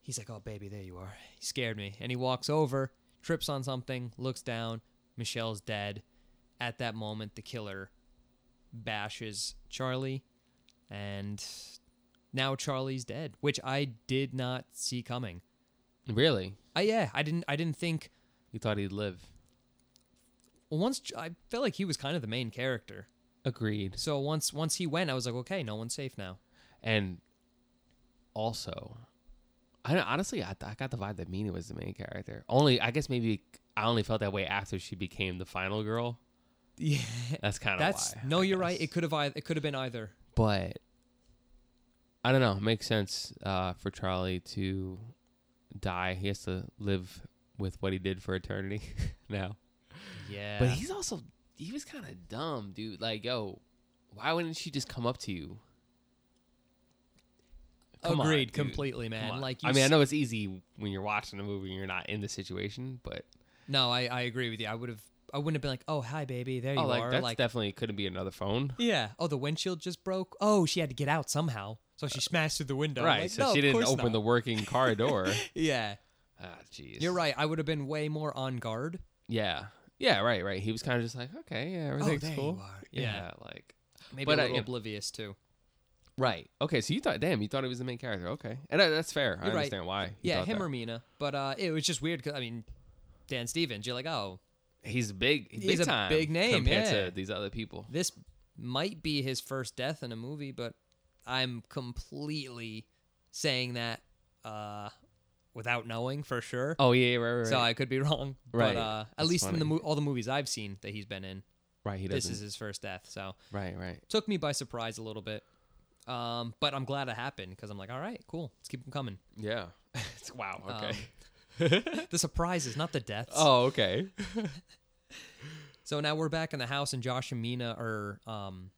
S2: he's like, "Oh baby, there you are." He scared me. And he walks over, trips on something, looks down, Michelle's dead. At that moment, the killer bashes Charlie, and now Charlie's dead, which I did not see coming.
S1: Really?
S2: I yeah, I didn't. I didn't think
S1: You thought he'd live?
S2: well, once. Ch- I felt like he was kind of the main character.
S1: Agreed.
S2: So once once he went, I was like, okay, no one's safe now.
S1: And also, I don't- honestly, I, I got the vibe that Mina was the main character. Only, I guess maybe I only felt that way after she became the final girl.
S2: Yeah,
S1: That's kind of
S2: that's
S1: why,
S2: no.
S1: I
S2: You're right.
S1: guess.
S2: It could have. ei- It could have been either.
S1: but I don't know. It makes sense uh, for Charlie to die. He has to live with what he did for eternity now.
S2: Yeah,
S1: But he's also he was kind of dumb, dude. Like, yo, why wouldn't she just come up to you? Come on,
S2: agreed
S1: dude.
S2: completely,
S1: Come
S2: man.
S1: on.
S2: Like,
S1: I mean, I
S2: s-
S1: know it's easy when you're watching a movie and you're not in the situation, but
S2: no, I I agree with you. I would have. I wouldn't have been like, oh hi baby, there
S1: oh,
S2: you
S1: like
S2: are.
S1: that's
S2: Like
S1: definitely couldn't be another phone,
S2: yeah. Oh, the windshield just broke. Oh, she had to get out somehow, so she smashed through the window.
S1: Uh, right?
S2: Like,
S1: so
S2: no,
S1: she
S2: of
S1: didn't
S2: course
S1: open
S2: not.
S1: the working car door.
S2: Yeah,
S1: ah, jeez.
S2: you're right. I would have been way more on guard.
S1: Yeah, yeah, right, right. He was kind of just like, okay, yeah, everything's
S2: Oh, there
S1: cool.
S2: you are.
S1: Yeah.
S2: Yeah.
S1: like
S2: Maybe
S1: But
S2: a
S1: I-
S2: little
S1: yeah.
S2: oblivious too.
S1: right. Okay, so you thought, damn, you thought he was the main character. Okay, and uh, that's fair. I
S2: You're right.
S1: understand why. you
S2: yeah,
S1: thought
S2: him
S1: that.
S2: or Mina. But uh, it was just weird. Cause, I mean, Dan Stevens. You're like, oh,
S1: he's big. He's
S2: He's
S1: big
S2: a
S1: time
S2: big name,
S1: compared
S2: yeah.
S1: to these other people.
S2: this might be his first death in a movie, but I'm completely saying that uh, without knowing for sure.
S1: Oh yeah, yeah, right, right. right.
S2: So I could be wrong.
S1: Right.
S2: But uh, at
S1: That's
S2: least in the
S1: funny.
S2: mo- all the movies I've seen that he's been in,
S1: right, he
S2: this
S1: doesn't.
S2: is his first death. So
S1: right, right.
S2: took me by surprise a little bit. Um, but I'm glad it happened because I'm like, all right, cool. Let's keep them coming.
S1: Yeah. It's- wow. Okay.
S2: Um, The surprises, not the deaths.
S1: oh, okay.
S2: So now we're back in the house, and Josh and Mina are um,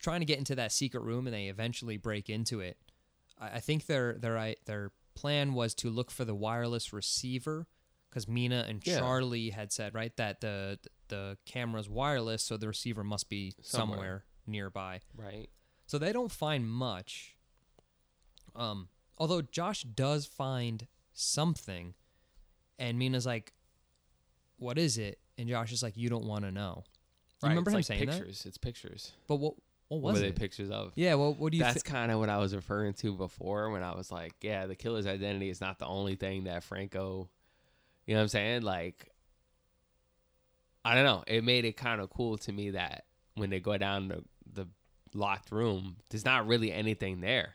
S2: trying to get into that secret room, and they eventually break into it. I, I think their their I- their plan was to look for the wireless receiver because Mina and
S1: Yeah.
S2: Charlie had said right that the the camera's wireless, so the receiver must be
S1: Somewhere.
S2: somewhere nearby.
S1: Right.
S2: So they don't find much. Um, although Josh does find something, and Mina's like, "What is it?" And Josh is like, "You don't want to know." You
S1: Right,
S2: remember
S1: it's
S2: him
S1: like
S2: saying that?
S1: pictures. It's pictures.
S2: But what? What
S1: What
S2: was
S1: were they
S2: it?
S1: pictures of?
S2: yeah. Well, what do you?
S1: That's
S2: think?
S1: kind of what I was referring to before when I was like, yeah, the killer's identity is not the only thing that Franco, you know what I'm saying? Like, I don't know. It made it kind of cool to me that when they go down the, the locked room, there's not really anything there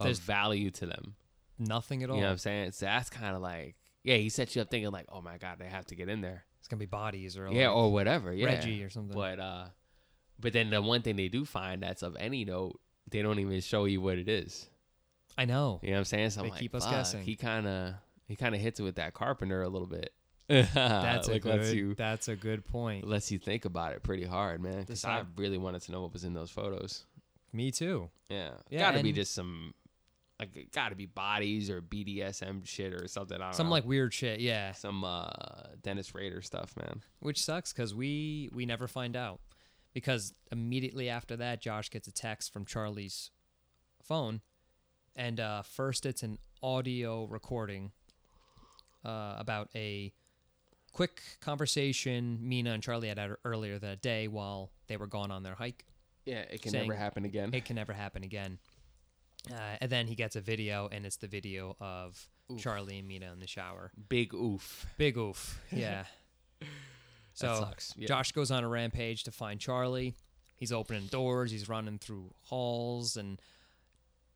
S1: of
S2: There's-
S1: value to them.
S2: Nothing at
S1: You
S2: all.
S1: know what I'm saying? So that's kind of like, yeah, he sets you up thinking like, oh my God, they have to get in there.
S2: It's gonna be bodies or
S1: yeah,
S2: like
S1: or whatever. Yeah.
S2: Reggie or something.
S1: But uh but then the one thing they do find that's of any note, they don't even show you what it is.
S2: I know.
S1: You know what I'm saying? So I'm
S2: They
S1: like,
S2: keep us
S1: "Fuck,
S2: guessing."
S1: He kinda he kinda hits it with that carpenter a little bit. that's
S2: That's a
S1: like lets
S2: good.
S1: you
S2: That's a good point.
S1: lets you think about it pretty hard, man. Because I
S2: Decide-
S1: really wanted to know what was in those photos.
S2: Me too.
S1: Yeah.
S2: Yeah,
S1: gotta be
S2: and-
S1: just some like it gotta be bodies or BDSM shit or something. I don't
S2: Some
S1: know.
S2: like weird shit. Yeah.
S1: some uh Dennis Rader stuff, man.
S2: which sucks because we we never find out because immediately after that josh gets a text from charlie's phone and uh, first it's an audio recording uh, about a quick conversation mina and charlie had had earlier that day while they were gone on their hike
S1: Yeah, it can
S2: Saying-
S1: never happen again.
S2: it can never happen again uh, and then he gets a video and it's the video of charlie and mina in the shower
S1: Big oof.
S2: big oof yeah so
S1: that sucks. Yeah.
S2: Josh goes on a rampage to find Charlie. He's opening doors, he's running through halls, and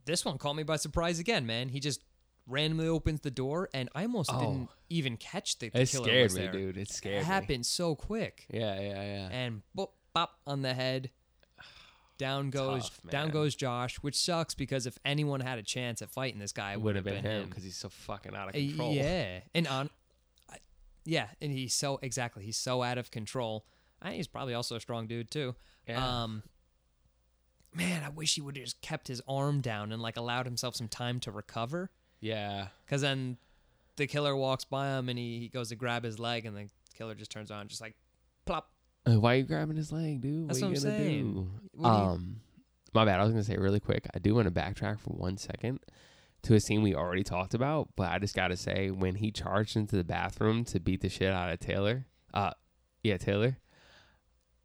S2: this one caught me by surprise again, man. He just randomly opens the door, and I almost
S1: Oh.
S2: didn't even catch the, the
S1: It
S2: killer
S1: scared
S2: was
S1: me,
S2: there.
S1: dude. It scared
S2: It
S1: me.
S2: happened so quick,
S1: Yeah, yeah, yeah.
S2: and boop, bop on the head. down goes
S1: Tough,
S2: down
S1: man.
S2: goes Josh, which sucks because if anyone had a chance at fighting this guy, it
S1: It
S2: would have been, him.
S1: because he's so fucking out of
S2: Uh,
S1: control.
S2: Yeah, and on, I- yeah, and he's so exactly he's so out of control. I think he's probably also a strong dude too.
S1: Yeah.
S2: Um, man, I wish he would have just kept his arm down and like allowed himself some time to recover.
S1: Yeah.
S2: Because then the killer walks by him and he, he goes to grab his leg, and the killer just turns on, just like plop.
S1: Uh, Why are you grabbing his leg, dude?
S2: That's
S1: what are you
S2: what I'm
S1: gonna
S2: saying.
S1: do?
S2: What do you-
S1: um, my bad. I was gonna say really quick. I do want to backtrack for one second to a scene we already talked about, but I just gotta say when he charged into the bathroom to beat the shit out of Taylor, uh, yeah, Taylor.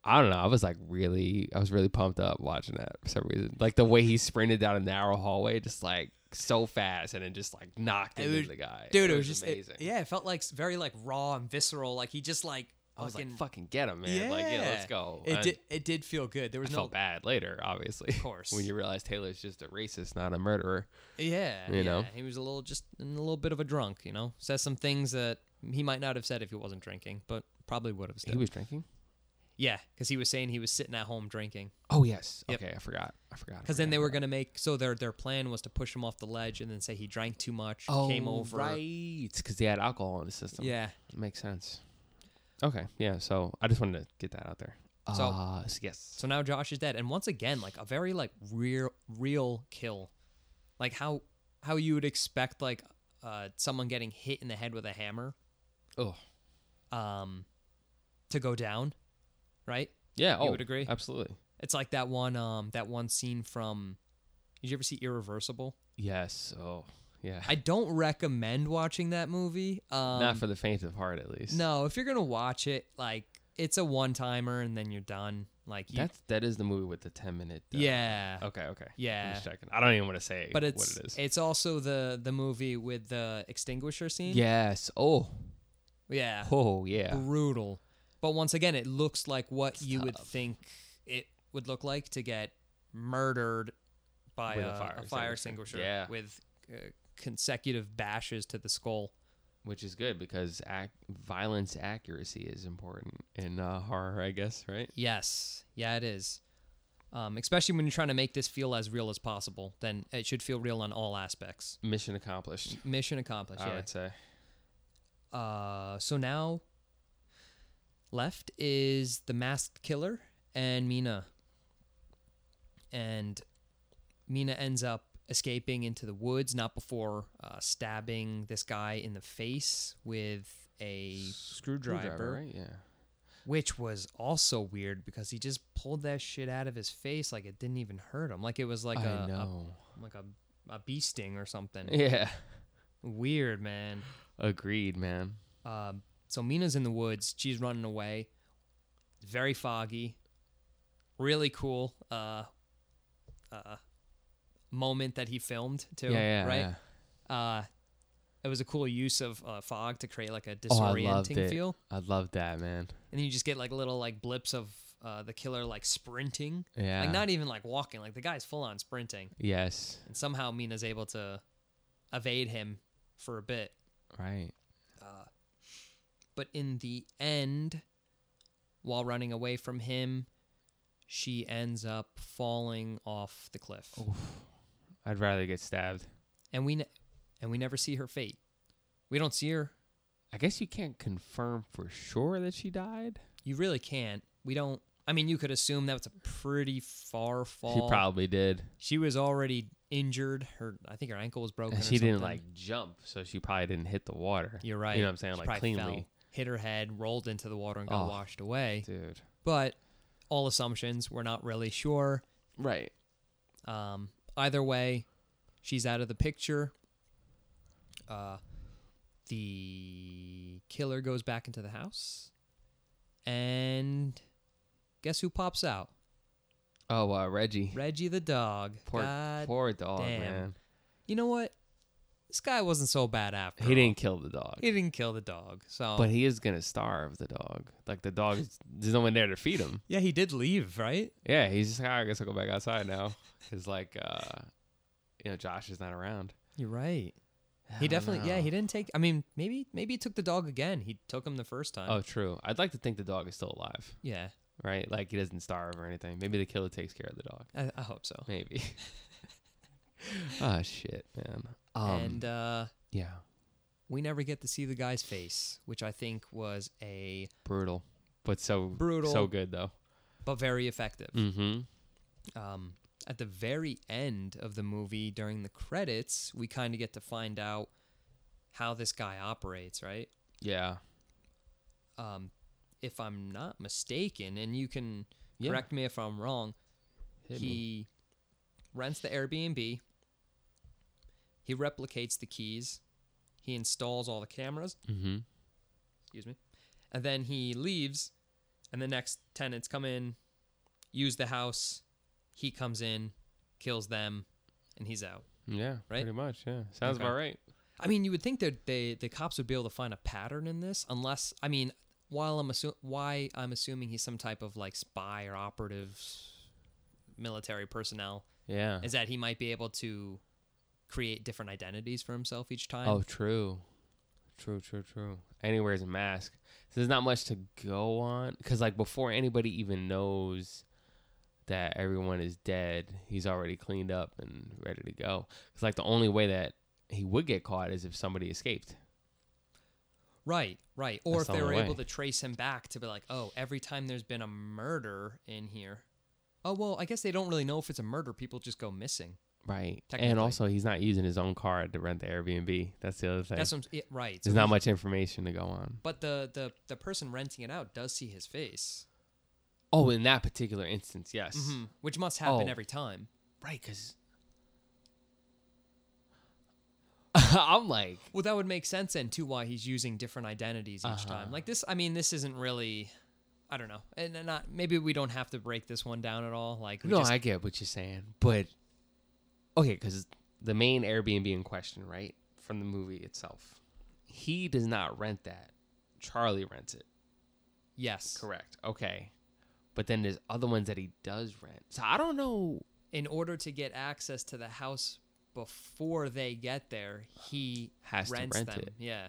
S1: I don't know. I was like really, I was really pumped up watching that for some reason. Like the way he sprinted down a narrow hallway, just like so fast, and then just like knocked
S2: It
S1: into
S2: was-
S1: the guy.
S2: Dude, it was just it-
S1: amazing.
S2: yeah, it felt like s- very like raw and visceral. Like he just like
S1: I was
S2: fucking.
S1: like, fucking get him, man. Like, yeah, let's go.
S2: It
S1: And-
S2: did. It did feel good. There was
S1: I
S2: no.
S1: felt bad later, obviously.
S2: Of course.
S1: when you realize Taylor's just a racist, not a murderer.
S2: Yeah,
S1: You
S2: yeah.
S1: know?
S2: he was a little just a little bit of a drunk. You know, says some things that he might not have said if he wasn't drinking, but probably would have.
S1: He
S2: Still.
S1: was drinking.
S2: yeah, because he was saying he was sitting at home drinking.
S1: Oh yes.
S2: Yep.
S1: Okay, I forgot. I forgot.
S2: Because then they were gonna make so their their plan was to push him off the ledge and then say he drank too much,
S1: oh,
S2: came over.
S1: right because they had alcohol in the system.
S2: Yeah,
S1: makes sense. Okay, yeah. So I just wanted to get that out there.
S2: So-
S1: uh, s- yes.
S2: So now Josh is dead, and once again, like a very like real real kill, like how how you would expect like uh someone getting hit in the head with a hammer,
S1: oh
S2: um, to go down, right?
S1: yeah.
S2: You
S1: oh,
S2: would agree?
S1: Absolutely.
S2: uh, It's like that one um that one scene from. Did you ever see Irreversible?
S1: Yes. Oh yeah.
S2: I don't recommend watching that movie. Um,
S1: Not for the faint of heart, at least.
S2: no, if you're gonna watch it, like it's a one timer and then you're done. Like you,
S1: That's that is the movie with the ten minute. uh,
S2: yeah.
S1: Okay. Okay. I'm
S2: Yeah.
S1: just checking. I don't even want to say
S2: But
S1: what
S2: it's
S1: it is.
S2: it's also the the movie with the extinguisher scene.
S1: yes. Oh.
S2: Yeah.
S1: Oh yeah.
S2: Uh, Brutal. But once again, it looks like what you would
S1: tough.
S2: think it would look like to get murdered by
S1: With
S2: a,
S1: a
S2: a fire,
S1: fire extinguisher.
S2: extinguisher,
S1: Yeah.
S2: with uh, consecutive bashes to the skull.
S1: which is good because ac- violence accuracy is important in uh, horror, I guess, right?
S2: Yes. Yeah, it is. Um, especially when you're trying to make this feel as real as possible, then it should feel real on all aspects.
S1: Mission accomplished,
S2: Mission accomplished.
S1: I
S2: Yeah.
S1: would say.
S2: Uh, so now left is the masked killer and Mina. And Mina ends up escaping into the woods, not before uh, stabbing this guy in the face with a screwdriver,
S1: Screwdriver, right? Yeah.
S2: which was also weird because he just pulled that shit out of his face like it didn't even hurt him, like it was like
S1: I
S2: a, a-
S1: know.
S2: like a a bee sting or something.
S1: yeah.
S2: Weird, man.
S1: Agreed, man.
S2: Um, so Mina's in the woods. She's running away. Very foggy. Really cool uh, uh, moment that he filmed too.
S1: Yeah, yeah,
S2: right.
S1: yeah.
S2: Uh, it was a cool use of uh, fog to create like a
S1: Oh, I loved
S2: disorienting
S1: it.
S2: feel,
S1: I love that, man.
S2: and then you just get like little like blips of uh, the killer like sprinting,
S1: Yeah.
S2: like not even like walking, like the guy's full on sprinting,
S1: yes.
S2: and somehow Mina's able to evade him for a bit.
S1: Right.
S2: Uh, but in the end, while running away from him, she ends up falling off the cliff,
S1: Oh. I'd rather get stabbed.
S2: and we ne- and we never see her fate. We don't see her.
S1: I guess you can't confirm for sure that she died.
S2: You really can't. We don't. I mean, you could assume that was a pretty far
S1: She
S2: fall.
S1: probably did.
S2: She was already injured. Her, I think her ankle was broken.
S1: And
S2: or
S1: she didn't
S2: something.
S1: like jump, so she probably didn't hit the water.
S2: You're right.
S1: You know what I'm saying?
S2: She
S1: like
S2: probably
S1: cleanly.
S2: fell, hit her head, rolled into the water, and got
S1: Oh.
S2: washed away.
S1: Dude.
S2: But all assumptions. We're not really sure.
S1: Right.
S2: Um, either way, she's out of the picture. Uh, the killer goes back into the house, and guess who pops out?
S1: Oh, uh, Reggie.
S2: Reggie the dog.
S1: Poor,
S2: God-
S1: poor dog,
S2: damn.
S1: man.
S2: You know what? This guy wasn't so bad after.
S1: He
S2: all.
S1: didn't kill the dog,
S2: He didn't kill the dog. So,
S1: but he is gonna starve the dog. Like the dog, is- there's no one there to feed him.
S2: yeah, he did leave, right?
S1: Yeah, he's just like, "Ah, I guess I'll go back outside now. Cause like, uh, you know, Josh is not around.
S2: You're right.
S1: I
S2: He
S1: don't
S2: definitely, yeah,
S1: know.
S2: he didn't take. I mean, maybe, maybe he took the dog again. He took him the first time.
S1: Oh, true. I'd like to think the dog is still alive.
S2: yeah.
S1: right? Like he doesn't starve or anything. Maybe the killer takes care of the dog.
S2: I, I hope so.
S1: Maybe. oh shit, man. Um,
S2: and uh,
S1: yeah,
S2: we never get to see the guy's face, which I think was a
S1: brutal, but so
S2: Brutal.
S1: so good though.
S2: but very effective.
S1: Mm-hmm.
S2: Um, at the very end of the movie, during the credits, we kind of get to find out how this guy operates, right?
S1: Yeah.
S2: Um, if I'm not mistaken, and you can
S1: Yeah.
S2: correct me if I'm wrong,
S1: Hit
S2: he
S1: me.
S2: rents the Airbnb. He replicates the keys. He installs all the cameras.
S1: Mm-hmm.
S2: Excuse me. And then he leaves, and the next tenants come in, use the house. He comes in, kills them, and he's out.
S1: Yeah.
S2: Right?
S1: Pretty much. Yeah. Sounds
S2: Okay.
S1: about right.
S2: I mean, you would think that they the cops would be able to find a pattern in this, unless I mean, while I'm assu- why I'm assuming he's some type of like spy or operative, military personnel,
S1: Yeah.
S2: is that he might be able to create different identities for himself each time.
S1: Oh, true. True, true, true. And he wears a mask. So there's not much to go on. Because, like, before anybody even knows that everyone is dead, he's already cleaned up and ready to go. Because, like, the only way that he would get caught is if somebody escaped.
S2: Right, right. Or
S1: That's the
S2: if they were
S1: only
S2: able
S1: way.
S2: to trace him back to be like, oh, every time there's been a murder in here. Oh, well, I guess they don't really know if it's a murder. People just go missing.
S1: Right. And
S2: Technically.
S1: also, he's not using his own card to rent the Airbnb. That's the other thing.
S2: That's what I'm, yeah, right. so
S1: there's not
S2: he-
S1: much information to go on.
S2: But the, the, the person renting it out does see his face, Mm-hmm.
S1: Oh, in that particular instance, yes.
S2: which must happen
S1: Oh.
S2: every time.
S1: Right, because. I'm like.
S2: Well, that would make sense then, too, why he's using different identities
S1: Uh-huh.
S2: each time. Like this, I mean, this isn't really. I don't know, and and not maybe we don't have to break this one down at all. Like we
S1: no,
S2: just,
S1: I get what you're saying, but okay, because the main Airbnb in question, right, from the movie itself, he does not rent that. Charlie rents it.
S2: yes,
S1: Correct. Okay, but then there's other ones that he does rent. So I don't know.
S2: in order to get access to the house before they get there, he
S1: Has to
S2: rents
S1: rent
S2: them.
S1: it.
S2: Yeah,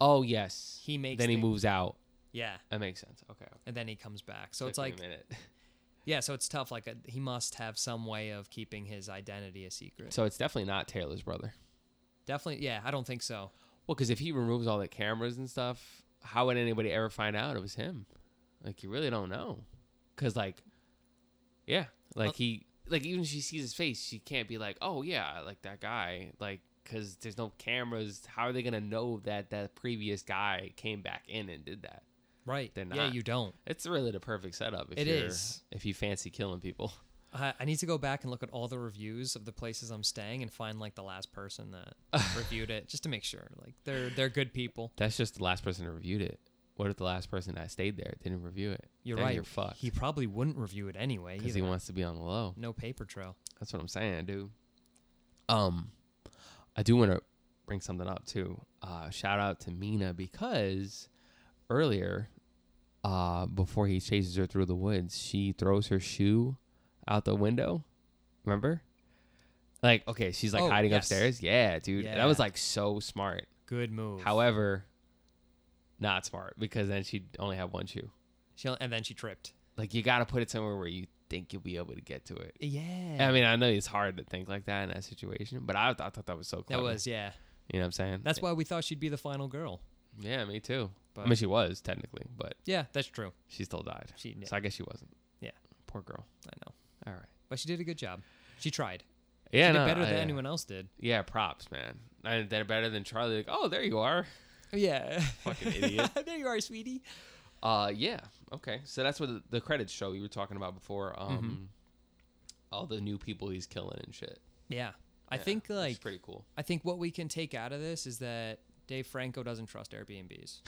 S1: Oh yes,
S2: He makes
S1: Then he
S2: the-
S1: moves out.
S2: yeah,
S1: That makes sense. Okay.
S2: and then he comes back. So
S1: Took
S2: it's
S1: me
S2: like,
S1: a minute.
S2: yeah, so it's tough. Like uh, he must have some way of keeping his identity a secret.
S1: So it's definitely not Taylor's brother.
S2: Definitely, yeah, I don't think so.
S1: Well, because if he removes all the cameras and stuff, how would anybody ever find out it was him? Like, you really don't know. Because, like, yeah, like
S2: Uh,
S1: he, like, even if she sees his face, she can't be like, oh, yeah, like that guy. Like, because there's no cameras. How are they going to know that that previous guy came back in and did that?
S2: Right?
S1: They're
S2: Yeah,
S1: not.
S2: you don't.
S1: It's really the perfect setup. If
S2: It
S1: you're,
S2: is.
S1: If you fancy killing people.
S2: I, I need to go back and look at all the reviews of the places I'm staying and find like the last person that reviewed it, just to make sure. Like they're they're good people.
S1: That's just the last person who reviewed it. What if the last person that stayed there didn't review it?
S2: You're
S1: Then
S2: right.
S1: You're fucked.
S2: He probably wouldn't review it anyway.
S1: Because he
S2: either.
S1: wants to be on the low.
S2: no paper trail.
S1: That's what I'm saying, dude. Um, I do want to bring something up too. Uh, shout out to Mina because earlier, uh, before he chases her through the woods, she throws her shoe out the window. Remember? Like, okay, she's like
S2: Oh,
S1: hiding
S2: yes.
S1: upstairs. Yeah, dude, that was
S2: Yeah.
S1: like so smart.
S2: Good move.
S1: However, not smart because then she'd only have one shoe.
S2: She and then she tripped.
S1: Like, you got to put it somewhere where you think you'll be able to get to it.
S2: Yeah.
S1: I mean, I know it's hard to think like that in that situation, but I, I thought that was so
S2: that
S1: clever.
S2: was yeah.
S1: You know what I'm saying?
S2: That's why we thought she'd be the final girl.
S1: Yeah, me too. I
S2: But-
S1: mean, she was technically, but
S2: Yeah, that's true.
S1: she still died.
S2: She yeah,
S1: So I guess she wasn't.
S2: Yeah.
S1: Poor girl.
S2: I know.
S1: All right.
S2: But she did a good job. She tried.
S1: Yeah,
S2: she did
S1: no,
S2: better
S1: I-
S2: than
S1: yeah.
S2: anyone else did.
S1: Yeah, props, man. And they're better than Charlie. Like, oh, there you are.
S2: Yeah.
S1: Fucking idiot.
S2: there you are, sweetie.
S1: Uh, yeah. Okay. So that's what the, the credits show you were talking about before. Um,
S2: Mm-hmm.
S1: all the new people he's killing and shit.
S2: Yeah. I
S1: Yeah,
S2: think
S1: which is
S2: like
S1: pretty cool.
S2: I think what we can take out of this is that Dave Franco doesn't trust Airbnbs.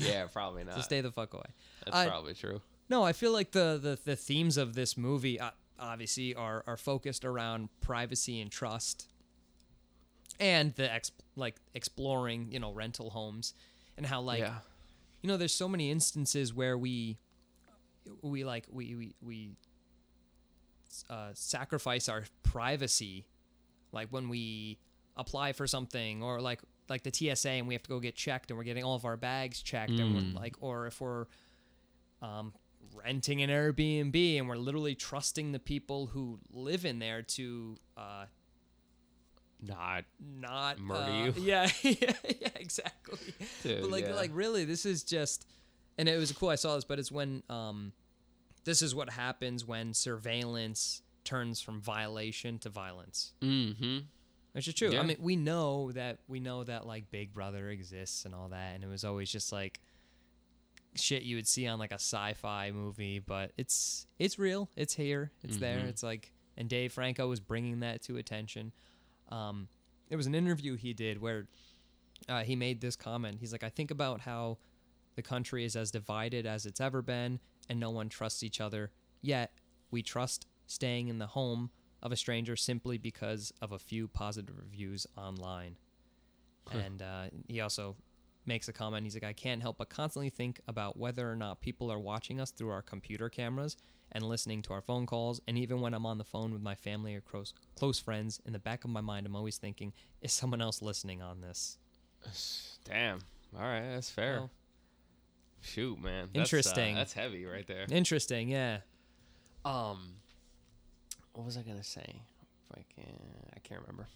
S1: yeah, probably
S2: So
S1: not.
S2: stay the fuck away.
S1: That's
S2: I-
S1: probably true.
S2: No, I feel like the the, the themes of this movie uh, obviously are are focused around privacy and trust, and the ex- like exploring you know rental homes and how like
S1: yeah.
S2: you know there's so many instances where we we like we we, we uh, sacrifice our privacy like when we apply for something or like like the TSA and
S1: Hmm.
S2: we have to go get checked and we're getting all of our bags checked and we're like or if we're um renting an Airbnb and we're literally trusting the people who live in there to uh,
S1: Not
S2: not
S1: Murder
S2: uh,
S1: you.
S2: Yeah, yeah, yeah, exactly.
S1: Dude,
S2: but like,
S1: yeah.
S2: like really, this is just, and it was cool. I saw this, but it's when um, this is what happens when surveillance turns from violation to violence.
S1: mm-hmm.
S2: Which is true.
S1: Yeah.
S2: I mean, we know that we know that like Big Brother exists and all that, and it was always just like shit you would see on like a sci-fi movie, but it's it's real. It's here. It's
S1: Mm-hmm.
S2: there. It's like, and Dave Franco was bringing that to attention. Um, there was an interview he did where uh, he made this comment. He's like, I think about how the country is as divided as it's ever been, and no one trusts each other. Yet, we trust staying in the home of a stranger simply because of a few positive reviews online. And uh, he also makes a comment. He's like, I can't help but constantly think about whether or not people are watching us through our computer cameras and listening to our phone calls. And even when I'm on the phone with my family or close, close friends, in the back of my mind, I'm always thinking, is someone else listening on this?
S1: Damn. All right, that's fair.
S2: Well.
S1: Shoot, man. That's, uh,
S2: Interesting.
S1: That's, heavy right there.
S2: Interesting, yeah.
S1: Um, what was I gonna say? If I can, I can't remember.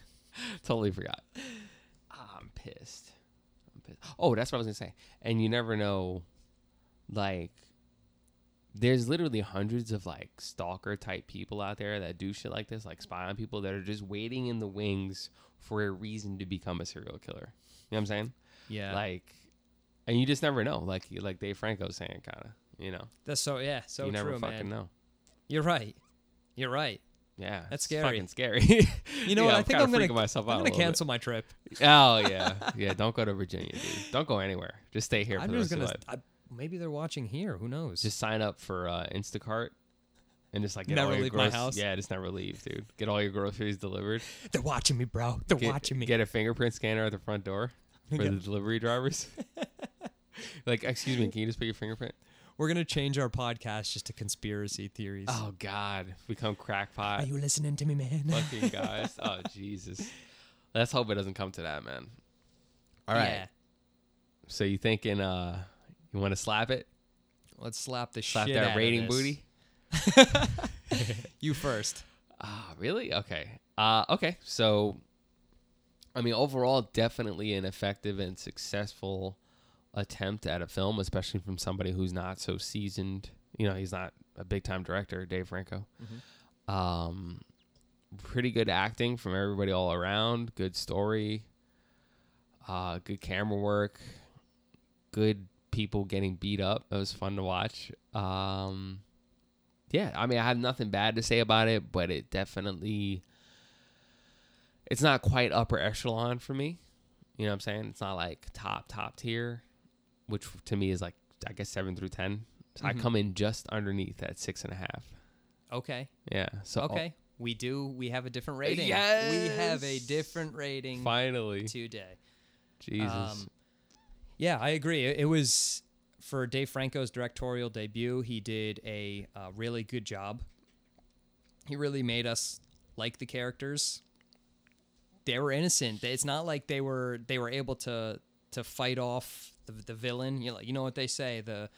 S1: totally forgot. Ah, I'm pissed. I'm pissed. Oh, that's what I was gonna say. And you never know, like, there's literally hundreds of like stalker type people out there that do shit like this, like spy on people that are just waiting in the wings for a reason to become a serial killer. You know what I'm saying?
S2: Yeah.
S1: Like, and you just never know. Like, like Dave Franco's saying, kind of. You know,
S2: That's so yeah, so
S1: you never
S2: true,
S1: fucking
S2: man.
S1: know.
S2: You're right. You're right.
S1: Yeah,
S2: That's
S1: it's Fucking scary.
S2: You know
S1: Yeah,
S2: what? I think
S1: kinda
S2: I'm gonna
S1: freaking myself out. a
S2: I'm gonna
S1: little bit.
S2: cancel my trip.
S1: Oh yeah, yeah. Don't go to Virginia, dude. Don't go anywhere. Just stay here for
S2: I'm
S1: the
S2: just
S1: rest of
S2: gonna.
S1: your life.
S2: I, maybe they're watching here. Who knows?
S1: Just sign up for uh, Instacart. And just like get
S2: Never
S1: all your
S2: leave my
S1: groce-
S2: house.
S1: Yeah, just never leave, dude. Get all your groceries delivered.
S2: they're watching me, bro. They're
S1: Get,
S2: watching me.
S1: Get a fingerprint scanner at the front door for
S2: Okay.
S1: the delivery drivers. like, excuse me, can you just put your fingerprint?
S2: We're gonna change our podcast just to conspiracy theories.
S1: Oh God, become crackpot.
S2: Are you listening to me, man?
S1: fucking guys. Oh Jesus. Let's hope it doesn't come to that, man. All right.
S2: Yeah.
S1: So you thinking uh you want to slap it?
S2: Let's slap the
S1: Slap
S2: shit out
S1: that
S2: of
S1: rating
S2: this.
S1: booty?
S2: You first.
S1: Ah, really? Okay. Uh okay. So I mean, overall definitely an effective and successful attempt at a film, especially from somebody who's not so seasoned. You know, he's not a big-time director, Dave Franco. Um pretty good acting from everybody all around, good story. Uh good camera work. Good people getting beat up. It was fun to watch. Um yeah, I mean, I have nothing bad to say about it, but it definitely it's not quite upper echelon for me. You know what I'm saying? It's not like top top tier, which to me is like I guess seven through ten. So
S2: Mm-hmm.
S1: I come in just underneath at six and a half.
S2: Okay.
S1: Yeah. So oh.
S2: Okay. We do. We have a different rating. We have a
S1: yes.
S2: different rating
S1: finally,
S2: today.
S1: Jesus.
S2: Um, yeah, I agree. It, it was for Dave Franco's directorial debut. He did a uh, really good job. He really made us like the characters. They were innocent. It's not like they were they were able to to fight off the, the villain. You know, you know what they say the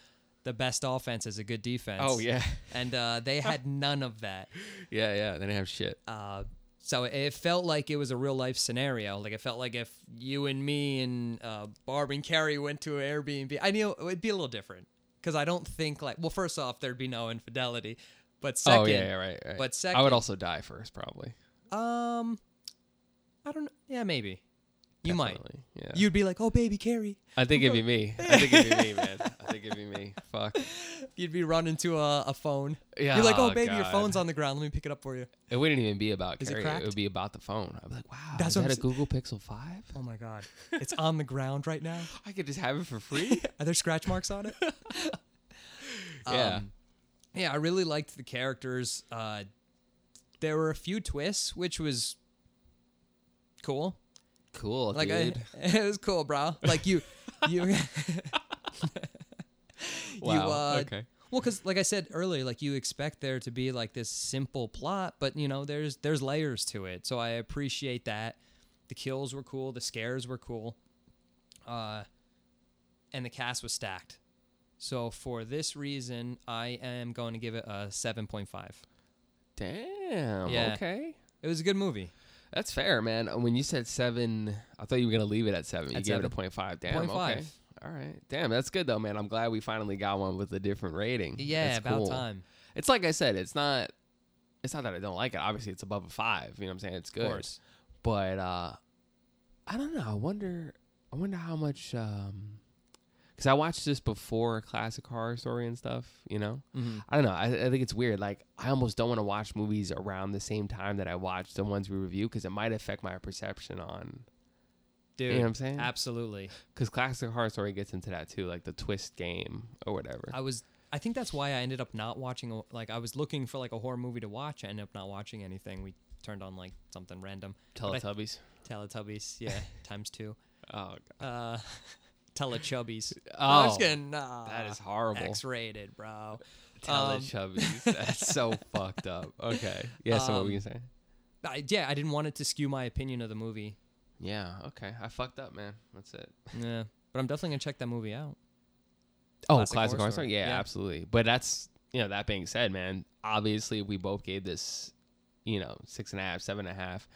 S2: the best offense is a good defense.
S1: oh yeah,
S2: and uh, they had none of that.
S1: yeah, yeah. They didn't have shit.
S2: Uh, so it felt like it was a real life scenario. Like it felt like if you and me and uh, Barb and Carrie went to an Airbnb, I knew it'd be a little different because I don't think like well, first off, there'd be no infidelity, but second,
S1: oh yeah, yeah, right, right.
S2: but
S1: I would
S2: second-
S1: also die first, probably.
S2: um, I don't, know. yeah, maybe you might.
S1: Definitely, Yeah.
S2: You'd be like, oh, baby Carrie.
S1: I think it'd be me. I think it'd be me, man. I think it'd be me. Fuck.
S2: You'd be running to a, a phone.
S1: Yeah,
S2: You're like, oh,
S1: oh,
S2: baby, your
S1: God.
S2: phone's on the ground. Let me pick it up for you.
S1: It wouldn't even be about
S2: Is it
S1: Carrie. It,
S2: cracked?
S1: would be about the phone. I'd be like, wow,
S2: That's
S1: is
S2: what
S1: that
S2: I'm
S1: a
S2: s-
S1: Google Pixel 5?
S2: Oh my God, it's on the ground right now.
S1: I could just have it for free.
S2: Are there scratch marks on it?
S1: yeah.
S2: Um, yeah, I really liked the characters. Uh, there were a few twists, which was cool.
S1: cool,
S2: Like I,
S1: dude.
S2: it was cool, bro. Like you, you,
S1: wow.
S2: uh,
S1: okay.
S2: well, because like I said earlier, like you expect there to be like this simple plot, but you know, there's there's layers to it. So I appreciate that. The kills were cool. The scares were cool. Uh, and the cast was stacked. So for this reason, I am going to give it a 7.5.
S1: Damn.
S2: Yeah.
S1: Okay.
S2: It was a good movie.
S1: That's fair, man. Uh, When you said seven, I thought you were gonna leave it at seven. you
S2: At
S1: gave it a
S2: seven.
S1: point five. Damn.
S2: Point
S1: okay.
S2: five.
S1: All right. Damn, that's good though, man. I'm glad we finally got one with a different rating.
S2: Yeah,
S1: That's
S2: about
S1: cool.
S2: time.
S1: It's like I said, it's not. It's not that I don't like it. Obviously, it's above a five. You know what I'm saying? It's good.
S2: Of course.
S1: But uh, I don't know. I wonder. I wonder how much. Um, because I watched this before Classic Horror Story and stuff. You know.
S2: Mhm.
S1: I don't know. I, I think it's weird. Like I almost don't want to watch movies around the same time that I watch the ones we review because it might affect my perception on.
S2: Dude,
S1: you know what I'm saying?
S2: absolutely.
S1: Because classic horror story gets into that too, like the twist game or whatever.
S2: I was. I think that's why I ended up not watching. a- Like I was looking for like a horror movie to watch. I ended up not watching anything. We turned on like something random. but I-
S1: Teletubbies.
S2: Teletubbies, yeah, times two.
S1: Oh,
S2: Uh, Oh, Telechubbies.
S1: God.
S2: I'm just kidding. Nah,
S1: that is horrible.
S2: X-rated, bro. Um,
S1: Teletubbies. That's so fucked up. Okay. Yeah. So what were
S2: Um,
S1: you saying?
S2: I, yeah, I didn't want it to skew my opinion of the movie.
S1: Yeah. Okay. I fucked up, man. That's it.
S2: Yeah, but I'm definitely gonna check that movie out.
S1: Oh,
S2: Classic
S1: classic,
S2: Horror
S1: horror,
S2: Story.
S1: story. Yeah,
S2: Yeah.
S1: absolutely. But that's you know that being said, man. Obviously, we both gave this, you know, six and a half, seven and a half.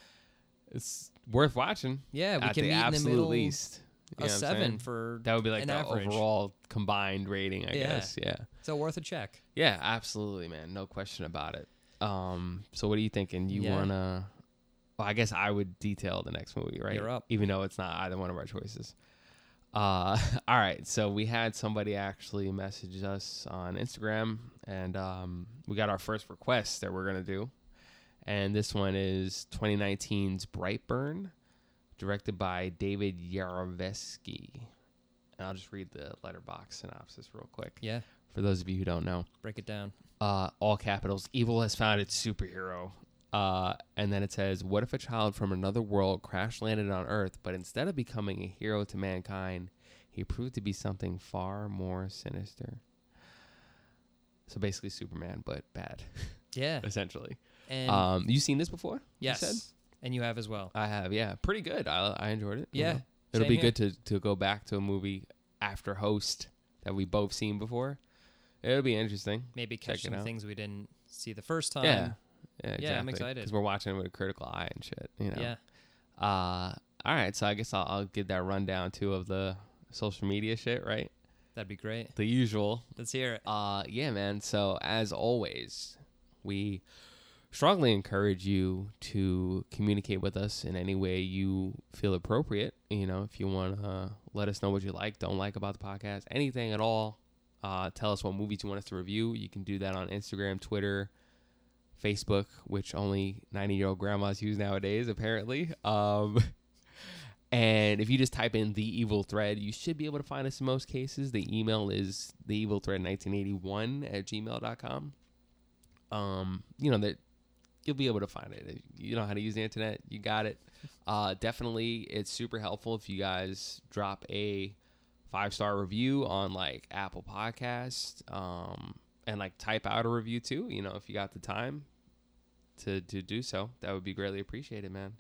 S1: It's worth watching.
S2: Yeah, we
S1: at
S2: can
S1: the
S2: meet in the
S1: absolute
S2: middle
S1: least. You
S2: a
S1: know what I'm
S2: seven
S1: saying?
S2: for
S1: That would be like
S2: an
S1: the
S2: average.
S1: overall combined rating, I
S2: Yeah.
S1: guess. Yeah.
S2: So worth a check.
S1: Yeah, absolutely, man. No question about it. Um, so what are you thinking? You
S2: Yeah.
S1: wanna? Well, I guess I would detail the next movie, right?
S2: You're up.
S1: Even though it's not either one of our choices. Uh, all right. So we had somebody actually message us on Instagram, and um, we got our first request that we're gonna do, and this one is 2019's Brightburn, directed by David Yarovesky. And I'll just read the letterbox synopsis real quick
S2: Yeah,
S1: for those of you who don't know
S2: break it down.
S1: uh, all capitals, evil has found its superhero. Uh, and then it says, What if a child from another world crash landed on Earth, but instead of becoming a hero to mankind, he proved to be something far more sinister? So basically, Superman, but bad,
S2: Yeah,
S1: essentially.
S2: and
S1: Um, you seen this before?
S2: yes,
S1: You said?
S2: and you have as well.
S1: I have, yeah. Pretty good. I, I enjoyed it.
S2: Yeah,
S1: It'll
S2: same
S1: be
S2: here.
S1: good to, to go back to a movie after Host that we both seen before. It'll be interesting.
S2: Maybe
S1: Check
S2: catch
S1: it
S2: some
S1: out.
S2: things we didn't see the first time.
S1: Yeah. Yeah, exactly.
S2: yeah, I'm excited.
S1: because we're watching it with a critical eye and shit. You know.
S2: yeah.
S1: Uh, all right, so I guess I'll, I'll give that rundown too of the social media shit, right?
S2: That'd be great.
S1: The usual.
S2: Let's hear it.
S1: Uh, yeah, man. So as always, we strongly encourage you to communicate with us in any way you feel appropriate. You know, if you want to let us know what you like, don't like about the podcast, anything at all. Uh, tell us what movies you want us to review. You can do that on Instagram, Twitter, Facebook, which only 90 year old grandmas use nowadays, apparently. Um, and if you just type in the evil thread, you should be able to find us in most cases. The email is theevilthread1981 at gmail.com. Um, you know, that you'll be able to find it. If You know how to use the internet, you got it. Uh, definitely, it's super helpful if you guys drop a five star review on like Apple Podcast, um, and like type out a review too. You know, if you got the time to to do so, that would be greatly appreciated, man.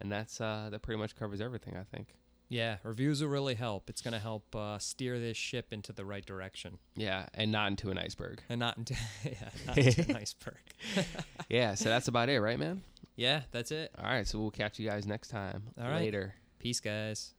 S1: And that's uh, that pretty much covers everything, I think.
S2: Yeah, reviews will really help. It's gonna help uh, steer this ship into the right direction
S1: Yeah, and not into an iceberg.
S2: and not into yeah, not into an iceberg.
S1: yeah, so that's about it, right, man?
S2: Yeah, that's it.
S1: All right, so we'll catch you guys next time.
S2: All right.
S1: Later.
S2: Peace, guys.